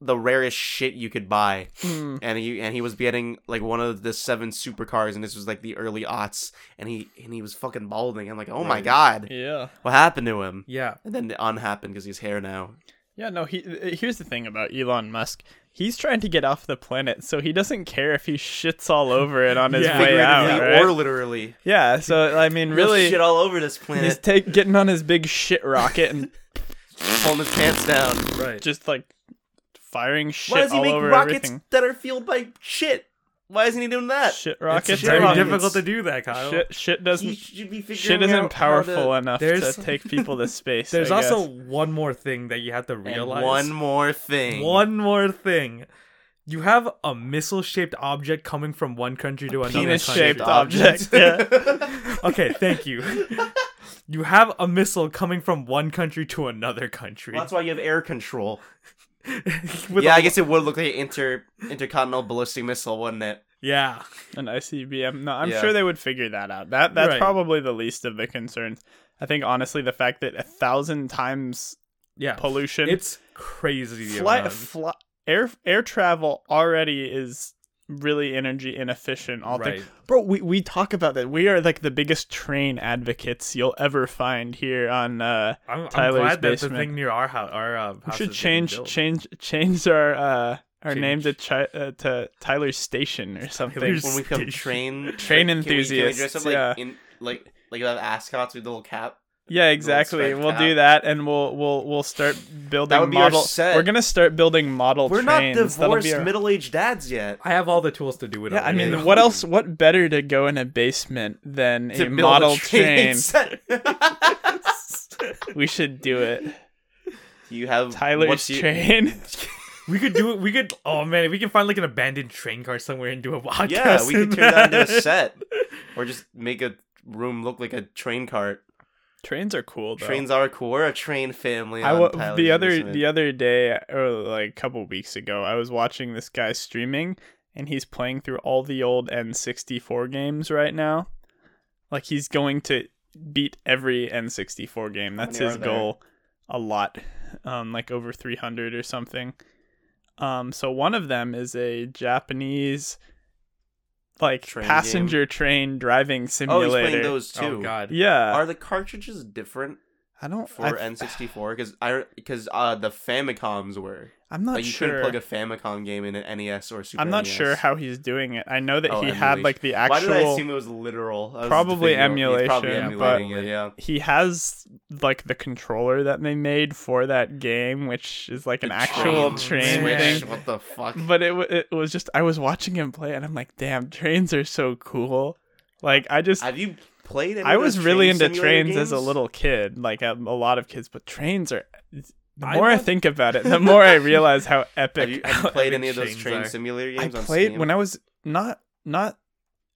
[SPEAKER 2] the rarest shit you could buy,
[SPEAKER 1] Mm.
[SPEAKER 2] and he and he was getting like one of the seven supercars, and this was like the early aughts, and he and he was fucking balding. I'm like, oh my
[SPEAKER 3] Right.
[SPEAKER 2] god,
[SPEAKER 1] Yeah.
[SPEAKER 2] what happened to him?
[SPEAKER 3] yeah.
[SPEAKER 2] And then it unhappened because he's hair now.
[SPEAKER 1] Yeah, no, he uh, here's the thing about Elon Musk. He's trying to get off the planet, so he doesn't care if he shits all over it on his
[SPEAKER 3] Yeah.
[SPEAKER 1] way out.
[SPEAKER 2] Figuratively
[SPEAKER 1] right?
[SPEAKER 2] or literally.
[SPEAKER 1] yeah, so I mean really
[SPEAKER 2] He'll shit all over this
[SPEAKER 1] he's
[SPEAKER 2] planet.
[SPEAKER 1] take getting on his big shit rocket and
[SPEAKER 2] Pulling his pants down.
[SPEAKER 3] Right.
[SPEAKER 1] just like firing shit
[SPEAKER 2] Why does he
[SPEAKER 1] all
[SPEAKER 2] make
[SPEAKER 1] over
[SPEAKER 2] rockets
[SPEAKER 1] everything.
[SPEAKER 2] that are fueled by shit? Why isn't he doing that?
[SPEAKER 1] Shit
[SPEAKER 3] it's
[SPEAKER 1] rockets.
[SPEAKER 3] very
[SPEAKER 1] I mean,
[SPEAKER 3] difficult
[SPEAKER 2] it's-
[SPEAKER 3] to do that, Kyle.
[SPEAKER 1] Shit, shit
[SPEAKER 2] He
[SPEAKER 1] doesn't.
[SPEAKER 2] should be figuring
[SPEAKER 1] Shit
[SPEAKER 2] out how
[SPEAKER 1] isn't
[SPEAKER 2] to-
[SPEAKER 1] powerful enough
[SPEAKER 3] There's-
[SPEAKER 1] to take people to space.
[SPEAKER 3] There's
[SPEAKER 1] I
[SPEAKER 3] also
[SPEAKER 1] guess.
[SPEAKER 3] one more thing that you have to
[SPEAKER 2] And
[SPEAKER 3] realize.
[SPEAKER 2] one more thing.
[SPEAKER 3] One more thing. You have a missile shaped object coming from one country to another
[SPEAKER 1] penis-shaped
[SPEAKER 3] country.
[SPEAKER 1] object.
[SPEAKER 2] Yeah.
[SPEAKER 3] okay, thank you. You have a missile coming from one country to another country.
[SPEAKER 2] Well, that's why you have air control.
[SPEAKER 3] With
[SPEAKER 2] yeah,
[SPEAKER 3] a-
[SPEAKER 2] I guess it would look like an inter intercontinental ballistic missile, wouldn't it?
[SPEAKER 3] Yeah.
[SPEAKER 1] an ICBM. No, I'm
[SPEAKER 2] Yeah.
[SPEAKER 1] sure they would figure that out. That that's
[SPEAKER 3] Right.
[SPEAKER 1] probably the least of the concerns. I think honestly, the fact that a thousand times
[SPEAKER 3] Yeah.
[SPEAKER 1] pollution,
[SPEAKER 3] It's crazy. the
[SPEAKER 1] fly,
[SPEAKER 3] amount.
[SPEAKER 1] fly, air air travel already is really energy inefficient. All things.
[SPEAKER 3] Right.
[SPEAKER 1] bro, we we talk about that. We are like the biggest train advocates you'll ever find here on. uh
[SPEAKER 3] I'm, I'm
[SPEAKER 1] Tyler's
[SPEAKER 3] glad that the
[SPEAKER 1] basement.
[SPEAKER 3] thing near our house, our uh,
[SPEAKER 1] We
[SPEAKER 3] house
[SPEAKER 1] should
[SPEAKER 3] is getting
[SPEAKER 1] change
[SPEAKER 3] built.
[SPEAKER 1] change change our uh our
[SPEAKER 3] Change.
[SPEAKER 1] name to chi- uh, to Tyler Station or something.
[SPEAKER 3] Tyler's-
[SPEAKER 2] When we become
[SPEAKER 3] Station.
[SPEAKER 2] train
[SPEAKER 1] Train
[SPEAKER 2] can we- can we dress
[SPEAKER 1] enthusiasts,
[SPEAKER 2] up like
[SPEAKER 1] yeah.
[SPEAKER 2] in like like you have ascots with the little cap?
[SPEAKER 1] Yeah, exactly.
[SPEAKER 2] spec
[SPEAKER 1] We'll do
[SPEAKER 2] cap.
[SPEAKER 1] that, and we'll we'll we'll start building
[SPEAKER 2] would be our
[SPEAKER 1] model.
[SPEAKER 2] set.
[SPEAKER 1] We're gonna start building model
[SPEAKER 2] We're not
[SPEAKER 1] trains. That'll
[SPEAKER 2] divorced
[SPEAKER 1] be our-
[SPEAKER 2] middle aged dads yet.
[SPEAKER 3] I have all the tools to do it.
[SPEAKER 1] Yeah, I
[SPEAKER 3] already.
[SPEAKER 1] mean, what else? What better to go in a basement than
[SPEAKER 2] To
[SPEAKER 1] a
[SPEAKER 2] build
[SPEAKER 1] model
[SPEAKER 2] a
[SPEAKER 1] train?
[SPEAKER 2] train. set.
[SPEAKER 1] we should do it.
[SPEAKER 2] you have
[SPEAKER 1] Tyler's
[SPEAKER 2] what's you-
[SPEAKER 1] train.
[SPEAKER 3] We could do it. We could. Oh man, if we can find like an abandoned train car somewhere and do a podcast.
[SPEAKER 2] Yeah, we
[SPEAKER 3] in
[SPEAKER 2] could turn that into a
[SPEAKER 3] that.
[SPEAKER 2] set, or just make a room look like a train cart.
[SPEAKER 1] Trains are cool. Though.
[SPEAKER 2] Trains are cool. We're a train family.
[SPEAKER 1] I
[SPEAKER 2] on
[SPEAKER 1] wa-
[SPEAKER 2] Tyler's
[SPEAKER 1] the other
[SPEAKER 2] Basement.
[SPEAKER 1] the other day or like a couple weeks ago, I was watching this guy streaming, and he's playing through all the old N64 games right now. Like he's going to beat every N64 game. That's
[SPEAKER 2] many
[SPEAKER 1] his
[SPEAKER 2] are there?
[SPEAKER 1] goal. A lot, um, like over 300 or something. Um, so one of them is a Japanese, like
[SPEAKER 2] Train game.
[SPEAKER 1] passenger train driving
[SPEAKER 2] oh, he's
[SPEAKER 1] simulator.
[SPEAKER 2] playing those too.
[SPEAKER 3] Oh god.
[SPEAKER 1] Yeah,
[SPEAKER 2] Are the cartridges different
[SPEAKER 1] I don't.
[SPEAKER 2] for
[SPEAKER 1] I,
[SPEAKER 2] N64? Because I because uh the Famicoms were
[SPEAKER 1] I'm not
[SPEAKER 2] like you
[SPEAKER 1] sure.
[SPEAKER 2] couldn't plug a Famicom game in an NES or Super.
[SPEAKER 1] I'm not
[SPEAKER 2] NES.
[SPEAKER 1] sure how he's doing it. I know that
[SPEAKER 2] Oh,
[SPEAKER 1] he had
[SPEAKER 2] emulation.
[SPEAKER 1] like the
[SPEAKER 2] Why did I
[SPEAKER 1] actual.
[SPEAKER 2] assume it was literal? I was
[SPEAKER 1] Probably
[SPEAKER 2] thinking, oh, he's Probably
[SPEAKER 1] emulation,
[SPEAKER 2] emulating
[SPEAKER 3] but-
[SPEAKER 2] it, yeah.
[SPEAKER 1] He has like the controller that they made for that game, which is like an actual
[SPEAKER 3] train
[SPEAKER 1] train
[SPEAKER 3] switch.
[SPEAKER 1] thing.
[SPEAKER 2] What the fuck?
[SPEAKER 1] But it wa- it was just I was watching him play, and I'm like, damn, trains are so cool. Like I just
[SPEAKER 2] Have you played? Any
[SPEAKER 1] I
[SPEAKER 2] of
[SPEAKER 1] was
[SPEAKER 2] those
[SPEAKER 1] really
[SPEAKER 2] train
[SPEAKER 1] into
[SPEAKER 2] simulator
[SPEAKER 1] trains as a
[SPEAKER 2] games?
[SPEAKER 1] little kid, like a, a lot of kids. But trains are. The
[SPEAKER 3] I
[SPEAKER 1] more I
[SPEAKER 3] want-
[SPEAKER 1] think about it, the more I realize how epic.
[SPEAKER 2] Have you, have you played any of those
[SPEAKER 3] Trains
[SPEAKER 2] train
[SPEAKER 3] are-
[SPEAKER 2] simulator
[SPEAKER 1] I
[SPEAKER 2] games? on
[SPEAKER 1] played
[SPEAKER 2] Steam?
[SPEAKER 1] when I was not not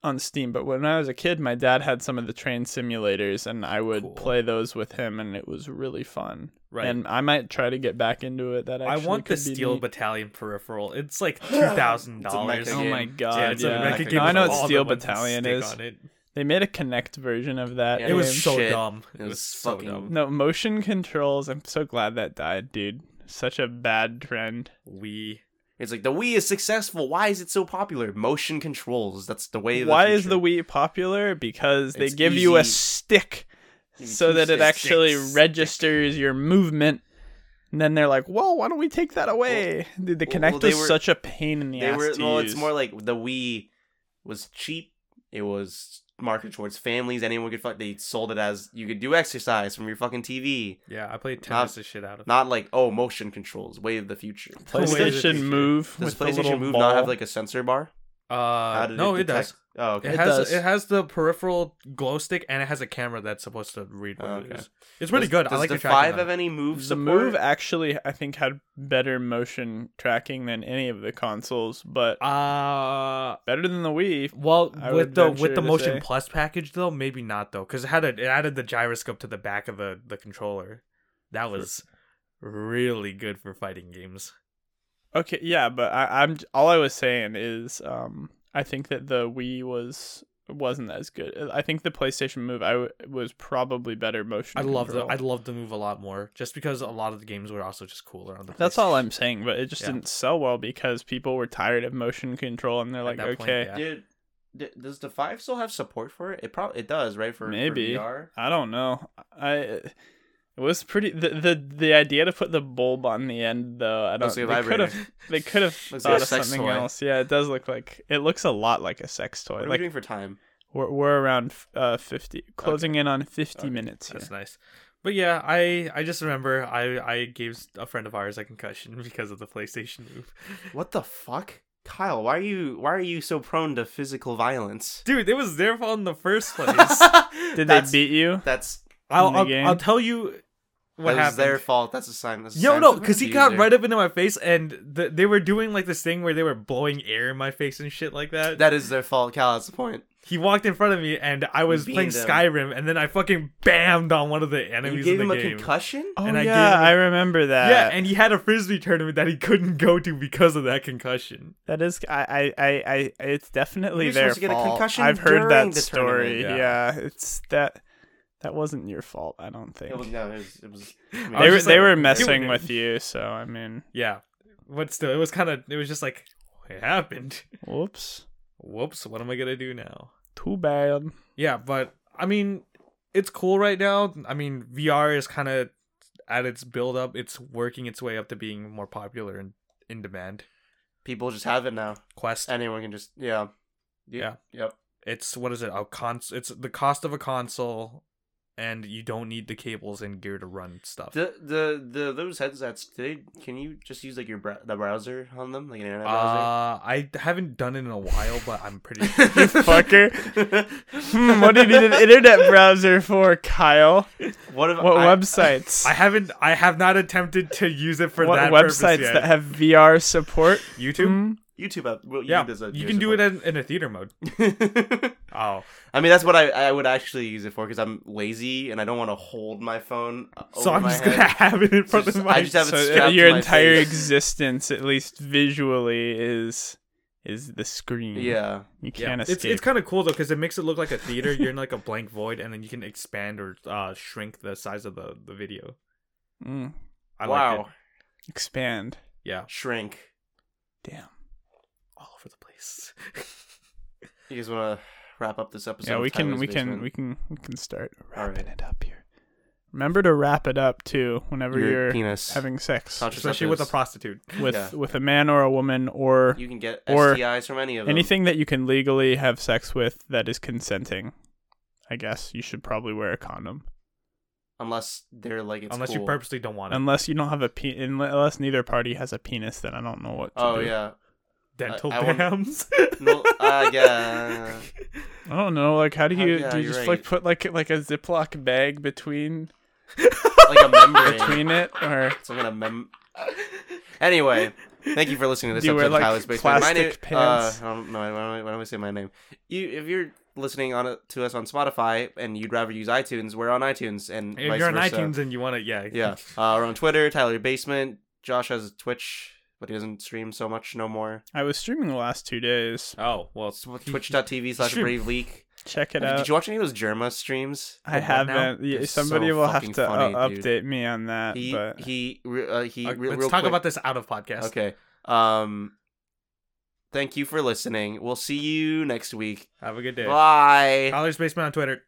[SPEAKER 1] on Steam, but when I was a kid, my dad had some of the train simulators, and I would
[SPEAKER 3] Cool.
[SPEAKER 1] play those with him, and it was really fun.
[SPEAKER 3] Right.
[SPEAKER 1] And I might try to get back into it. That
[SPEAKER 3] I
[SPEAKER 1] actually
[SPEAKER 3] want the
[SPEAKER 1] could be
[SPEAKER 3] Steel
[SPEAKER 1] neat.
[SPEAKER 3] Battalion peripheral. It's like two thousand
[SPEAKER 2] It's
[SPEAKER 3] dollars.
[SPEAKER 2] a mecha
[SPEAKER 1] Oh
[SPEAKER 2] game.
[SPEAKER 1] my god!
[SPEAKER 3] Yeah,
[SPEAKER 1] Yeah,
[SPEAKER 3] it's
[SPEAKER 2] yeah.
[SPEAKER 3] a mecha
[SPEAKER 2] Mecha
[SPEAKER 3] game.
[SPEAKER 1] No, I
[SPEAKER 3] with
[SPEAKER 1] know
[SPEAKER 2] all
[SPEAKER 1] what
[SPEAKER 3] the
[SPEAKER 1] Steel
[SPEAKER 3] buttons to
[SPEAKER 1] Battalion
[SPEAKER 3] stick
[SPEAKER 1] is.
[SPEAKER 3] on It.
[SPEAKER 1] They made a Connect version of that.
[SPEAKER 2] Yeah,
[SPEAKER 3] It was
[SPEAKER 1] game.
[SPEAKER 3] so
[SPEAKER 2] Shit.
[SPEAKER 3] dumb.
[SPEAKER 2] It was
[SPEAKER 3] so
[SPEAKER 2] fucking-
[SPEAKER 3] dumb.
[SPEAKER 1] no motion controls. I'm so glad that died, dude. Such a bad trend.
[SPEAKER 3] We
[SPEAKER 2] It's like the Wii is successful. Why is it so popular? Motion controls. That's the way. Of the
[SPEAKER 1] Why is
[SPEAKER 2] future.
[SPEAKER 1] the Wii popular? Because they
[SPEAKER 2] It's
[SPEAKER 1] give you a
[SPEAKER 2] easy.
[SPEAKER 1] stick
[SPEAKER 2] Give you
[SPEAKER 1] so
[SPEAKER 2] two
[SPEAKER 1] that it
[SPEAKER 2] sticks.
[SPEAKER 1] actually
[SPEAKER 2] Sticks.
[SPEAKER 1] registers your movement. And then they're like, "Whoa, why don't we take that away?" Dude, the
[SPEAKER 2] well,
[SPEAKER 1] Kinect
[SPEAKER 2] they
[SPEAKER 1] is
[SPEAKER 2] were-
[SPEAKER 1] such a pain in the
[SPEAKER 2] They
[SPEAKER 1] ass
[SPEAKER 2] were.
[SPEAKER 1] to
[SPEAKER 2] Well,
[SPEAKER 1] use.
[SPEAKER 2] it's more like the Wii was cheap. It was marketed towards families. Anyone could fuck. They sold it as you could do exercise from your fucking TV.
[SPEAKER 3] yeah, I played tennis the shit out of.
[SPEAKER 2] Not like oh, motion controls. Way of the future.
[SPEAKER 3] Wait, is it
[SPEAKER 1] PlayStation
[SPEAKER 3] easier?
[SPEAKER 1] Move
[SPEAKER 2] Does
[SPEAKER 1] with the little
[SPEAKER 2] PlayStation Move
[SPEAKER 1] ball.
[SPEAKER 2] not have like a sensor bar? How
[SPEAKER 3] uh,
[SPEAKER 2] did
[SPEAKER 3] no, it,
[SPEAKER 2] detect-
[SPEAKER 3] does.
[SPEAKER 2] Oh, okay.
[SPEAKER 3] It,
[SPEAKER 1] It
[SPEAKER 3] has
[SPEAKER 1] does.
[SPEAKER 3] it has the peripheral glow stick and it has a camera that's supposed to read what
[SPEAKER 2] Oh,
[SPEAKER 3] it
[SPEAKER 2] okay.
[SPEAKER 3] is. It's pretty
[SPEAKER 2] Does-
[SPEAKER 3] good. I
[SPEAKER 2] Does
[SPEAKER 3] like
[SPEAKER 2] the
[SPEAKER 3] the tracking
[SPEAKER 2] five
[SPEAKER 3] on
[SPEAKER 2] have
[SPEAKER 3] it.
[SPEAKER 2] any move
[SPEAKER 1] the
[SPEAKER 2] support?
[SPEAKER 1] Move actually, I think, had better motion tracking than any of the consoles, but
[SPEAKER 3] Uh,
[SPEAKER 1] better than the Wii.
[SPEAKER 3] Well,
[SPEAKER 1] I
[SPEAKER 3] with
[SPEAKER 1] would
[SPEAKER 3] the
[SPEAKER 1] venture
[SPEAKER 3] with the
[SPEAKER 1] to
[SPEAKER 3] motion
[SPEAKER 1] say.
[SPEAKER 3] plus package though, maybe not though, because it had a, it added the gyroscope to the back of the the controller. That was really good for fighting games.
[SPEAKER 1] Okay, yeah, but I, I'm all I was saying is, um, I think that the Wii was wasn't as good. I think the PlayStation Move I w- was probably better motion.
[SPEAKER 3] I love the
[SPEAKER 1] control.
[SPEAKER 3] I love the move a lot more, just because a lot of the games were also just cooler on the.
[SPEAKER 1] That's all
[SPEAKER 3] PlayStation.
[SPEAKER 1] I'm saying, but it just
[SPEAKER 3] Yeah.
[SPEAKER 1] didn't sell well because people were tired of motion control and they're
[SPEAKER 3] At
[SPEAKER 1] like,
[SPEAKER 3] that
[SPEAKER 1] okay,
[SPEAKER 3] point, yeah.
[SPEAKER 2] Dude, d- does the five still have support for it? It probably it does, right? For for
[SPEAKER 1] Maybe.
[SPEAKER 2] VR?
[SPEAKER 1] I don't know. I It was pretty the the, the idea to put the bulb on the end though. I don't
[SPEAKER 2] Looks
[SPEAKER 1] they
[SPEAKER 2] like a
[SPEAKER 1] could
[SPEAKER 2] vibrator.
[SPEAKER 1] have they could have
[SPEAKER 2] Looks like
[SPEAKER 1] thought
[SPEAKER 2] a
[SPEAKER 1] of
[SPEAKER 2] sex
[SPEAKER 1] something
[SPEAKER 2] toy.
[SPEAKER 1] else. Yeah, it does look like it looks a lot like a sex toy.
[SPEAKER 2] What are we
[SPEAKER 1] like
[SPEAKER 2] doing for time?
[SPEAKER 1] we're, we're around uh 50 closing in on 50
[SPEAKER 3] Okay,
[SPEAKER 1] minutes here.
[SPEAKER 3] That's nice. But yeah, I I just remember I I gave a friend of ours a concussion because of the PlayStation move.
[SPEAKER 2] What the fuck, Kyle? Why are you why are you so prone to physical violence?
[SPEAKER 3] Dude, it was their fault in the first place.
[SPEAKER 1] Did
[SPEAKER 2] Did
[SPEAKER 1] they beat you?
[SPEAKER 2] That's
[SPEAKER 3] I'll
[SPEAKER 1] In the
[SPEAKER 3] I'll,
[SPEAKER 1] game?
[SPEAKER 3] I'll tell you what
[SPEAKER 2] that was
[SPEAKER 3] happened.
[SPEAKER 2] their fault. That's a sign. That's a
[SPEAKER 3] Yo,
[SPEAKER 2] sign
[SPEAKER 3] no,
[SPEAKER 2] to
[SPEAKER 3] because he
[SPEAKER 2] the
[SPEAKER 3] got
[SPEAKER 2] user.
[SPEAKER 3] right up into my face, and th- they were doing like this thing where they were blowing air in my face and shit like that.
[SPEAKER 2] That is their fault, Kyle. That's the point.
[SPEAKER 3] He walked in front of me, and I was
[SPEAKER 2] beamed
[SPEAKER 3] playing
[SPEAKER 2] him.
[SPEAKER 3] Skyrim, and then I fucking bammed on one of the
[SPEAKER 2] You
[SPEAKER 3] enemies in
[SPEAKER 2] gave him
[SPEAKER 3] the
[SPEAKER 2] a
[SPEAKER 3] game.
[SPEAKER 2] concussion.
[SPEAKER 1] Oh
[SPEAKER 3] And I gave
[SPEAKER 1] yeah,
[SPEAKER 3] him-
[SPEAKER 1] I remember that.
[SPEAKER 3] yeah, and he had a frisbee tournament that he couldn't go to because of that concussion.
[SPEAKER 1] that is I I I, I it's definitely
[SPEAKER 2] You're
[SPEAKER 1] their
[SPEAKER 2] supposed to get a
[SPEAKER 1] fault.
[SPEAKER 2] concussion
[SPEAKER 1] I've heard
[SPEAKER 2] during
[SPEAKER 1] that
[SPEAKER 2] the
[SPEAKER 1] story.
[SPEAKER 2] tournament,
[SPEAKER 1] Yeah. it's that that wasn't your fault, I don't think.
[SPEAKER 2] It was, no, it was, it was, I mean,
[SPEAKER 3] I
[SPEAKER 1] they
[SPEAKER 3] was
[SPEAKER 1] were
[SPEAKER 3] just
[SPEAKER 1] they
[SPEAKER 3] like,
[SPEAKER 1] were
[SPEAKER 3] "Dude."
[SPEAKER 1] messing with you, so I mean,
[SPEAKER 3] Yeah, but still, it was kind of it was just like it happened.
[SPEAKER 1] whoops.
[SPEAKER 3] Whoops, what am I gonna do now?
[SPEAKER 1] Too bad.
[SPEAKER 3] Yeah, but I mean, it's cool right now. I mean, VR is kind of at its build up. It's working its way up to being more popular and in demand.
[SPEAKER 2] people just have it now.
[SPEAKER 1] Uh,
[SPEAKER 3] Quest.
[SPEAKER 2] Anyone can just yeah.
[SPEAKER 3] Yeah.
[SPEAKER 2] Yep.
[SPEAKER 3] It's what is it? A cons. It's the cost of a console, and you don't need the cables and gear to run stuff.
[SPEAKER 2] The the the those headsets. Did they, can you just use like your br- the browser on them, like an internet
[SPEAKER 3] uh,
[SPEAKER 2] browser?
[SPEAKER 3] I haven't done it in a while, but I'm pretty.
[SPEAKER 1] fucker. Hmm, what do you need an internet browser for, Kyle?
[SPEAKER 2] What, if
[SPEAKER 1] What
[SPEAKER 2] I-
[SPEAKER 1] websites?
[SPEAKER 3] I haven't. I have not attempted to use it for
[SPEAKER 1] what
[SPEAKER 3] that purpose
[SPEAKER 1] websites
[SPEAKER 3] yet.
[SPEAKER 1] that have VR support?
[SPEAKER 3] YouTube.
[SPEAKER 1] Hmm?
[SPEAKER 2] YouTube app. Well,
[SPEAKER 3] Yeah,
[SPEAKER 2] YouTube does that
[SPEAKER 3] you
[SPEAKER 2] too,
[SPEAKER 3] can
[SPEAKER 2] so
[SPEAKER 3] do it in, in a theater mode.
[SPEAKER 2] fine.
[SPEAKER 3] Oh,
[SPEAKER 2] I mean, that's what I, I would actually use it for because I'm lazy and I don't want to hold my phone. uh,
[SPEAKER 3] so
[SPEAKER 2] over
[SPEAKER 3] I'm
[SPEAKER 2] my
[SPEAKER 3] just
[SPEAKER 2] head.
[SPEAKER 3] gonna have it in front
[SPEAKER 2] just-
[SPEAKER 3] of
[SPEAKER 2] I
[SPEAKER 3] my.
[SPEAKER 2] just have it
[SPEAKER 1] So uh,
[SPEAKER 2] strapped to
[SPEAKER 1] your
[SPEAKER 2] my
[SPEAKER 1] entire
[SPEAKER 2] face.
[SPEAKER 1] existence, at least visually, is is the screen.
[SPEAKER 2] Yeah.
[SPEAKER 1] you
[SPEAKER 3] Yeah.
[SPEAKER 1] can't
[SPEAKER 3] it's
[SPEAKER 1] escape.
[SPEAKER 3] it's kind of cool though because it makes it look like a theater. You're in like a blank void, and then you can expand or uh, shrink the size of the, the video.
[SPEAKER 1] Mm.
[SPEAKER 3] I
[SPEAKER 2] wow.
[SPEAKER 3] liked it.
[SPEAKER 1] Expand.
[SPEAKER 3] Yeah,
[SPEAKER 2] Shrink.
[SPEAKER 1] Damn.
[SPEAKER 3] all over the place.
[SPEAKER 2] You guys want to wrap up this episode?
[SPEAKER 1] Yeah,
[SPEAKER 2] of
[SPEAKER 1] we can
[SPEAKER 2] Tyler's
[SPEAKER 1] we can
[SPEAKER 2] Basement?
[SPEAKER 1] we can we can start
[SPEAKER 2] All
[SPEAKER 1] wrapping
[SPEAKER 2] right.
[SPEAKER 1] it up here. Remember to wrap it up too whenever
[SPEAKER 2] Your
[SPEAKER 1] you're
[SPEAKER 2] penis.
[SPEAKER 1] having sex
[SPEAKER 3] Especially with a
[SPEAKER 2] Contraceptives.
[SPEAKER 3] prostitute.
[SPEAKER 1] with
[SPEAKER 2] yeah.
[SPEAKER 1] with a man or a woman or
[SPEAKER 2] You can get
[SPEAKER 1] or
[SPEAKER 2] STIs from any of them.
[SPEAKER 1] anything that you can legally have sex with that is consenting. I guess you should probably wear a condom
[SPEAKER 2] unless they're like it's
[SPEAKER 3] Unless you
[SPEAKER 2] cool.
[SPEAKER 3] purposely don't want it.
[SPEAKER 1] unless you don't have a pe- unless neither party has a penis. Then I don't know what. To
[SPEAKER 2] Oh
[SPEAKER 1] do.
[SPEAKER 2] yeah.
[SPEAKER 3] Dental
[SPEAKER 2] I- I want-
[SPEAKER 3] dams.
[SPEAKER 2] No, uh, yeah.
[SPEAKER 1] I don't know. Like, how do
[SPEAKER 2] How-
[SPEAKER 1] you
[SPEAKER 2] yeah,
[SPEAKER 1] do you
[SPEAKER 2] you're
[SPEAKER 1] just
[SPEAKER 2] right.
[SPEAKER 1] like put like like a Ziploc bag between
[SPEAKER 2] Like a membrane.
[SPEAKER 1] between it or
[SPEAKER 2] Some kind of mem. Anyway, thank you for listening to this
[SPEAKER 1] Do you wear,
[SPEAKER 2] episode
[SPEAKER 1] like,
[SPEAKER 2] of Tyler's Basement. My name,
[SPEAKER 1] plastic pants?
[SPEAKER 2] Uh, I don't know. Why don't I- why don't I say my name? You, if you're listening on it to us on Spotify and you'd rather use iTunes, we're on iTunes and
[SPEAKER 3] if
[SPEAKER 2] vice
[SPEAKER 3] you're on
[SPEAKER 2] versa.
[SPEAKER 3] iTunes and you want to, yeah,
[SPEAKER 2] Yeah, uh, we're on Twitter. Tyler Basement. Josh has a Twitch, but he doesn't stream so much no more.
[SPEAKER 1] I was streaming the last two days.
[SPEAKER 3] Oh well,
[SPEAKER 2] It's Twitch.tv slash
[SPEAKER 3] Stream.
[SPEAKER 2] Brave Leak.
[SPEAKER 1] Check it out.
[SPEAKER 2] Oh, Did you watch any of those Germa streams?
[SPEAKER 1] I
[SPEAKER 3] the one now?
[SPEAKER 1] haven't. Yeah,
[SPEAKER 2] They're
[SPEAKER 1] somebody
[SPEAKER 2] so
[SPEAKER 1] will have
[SPEAKER 2] fucking
[SPEAKER 1] to
[SPEAKER 2] funny,
[SPEAKER 1] uh,
[SPEAKER 2] dude.
[SPEAKER 1] update me on that.
[SPEAKER 2] He
[SPEAKER 1] but
[SPEAKER 2] he re- uh, he.
[SPEAKER 3] Uh,
[SPEAKER 2] re-
[SPEAKER 3] let's
[SPEAKER 2] real
[SPEAKER 3] talk
[SPEAKER 2] quick-
[SPEAKER 3] about this out of podcast.
[SPEAKER 2] Okay. Um. Thank you for listening. We'll see you next week.
[SPEAKER 3] Have a good day.
[SPEAKER 2] Bye.
[SPEAKER 3] Tyler's basement on Twitter.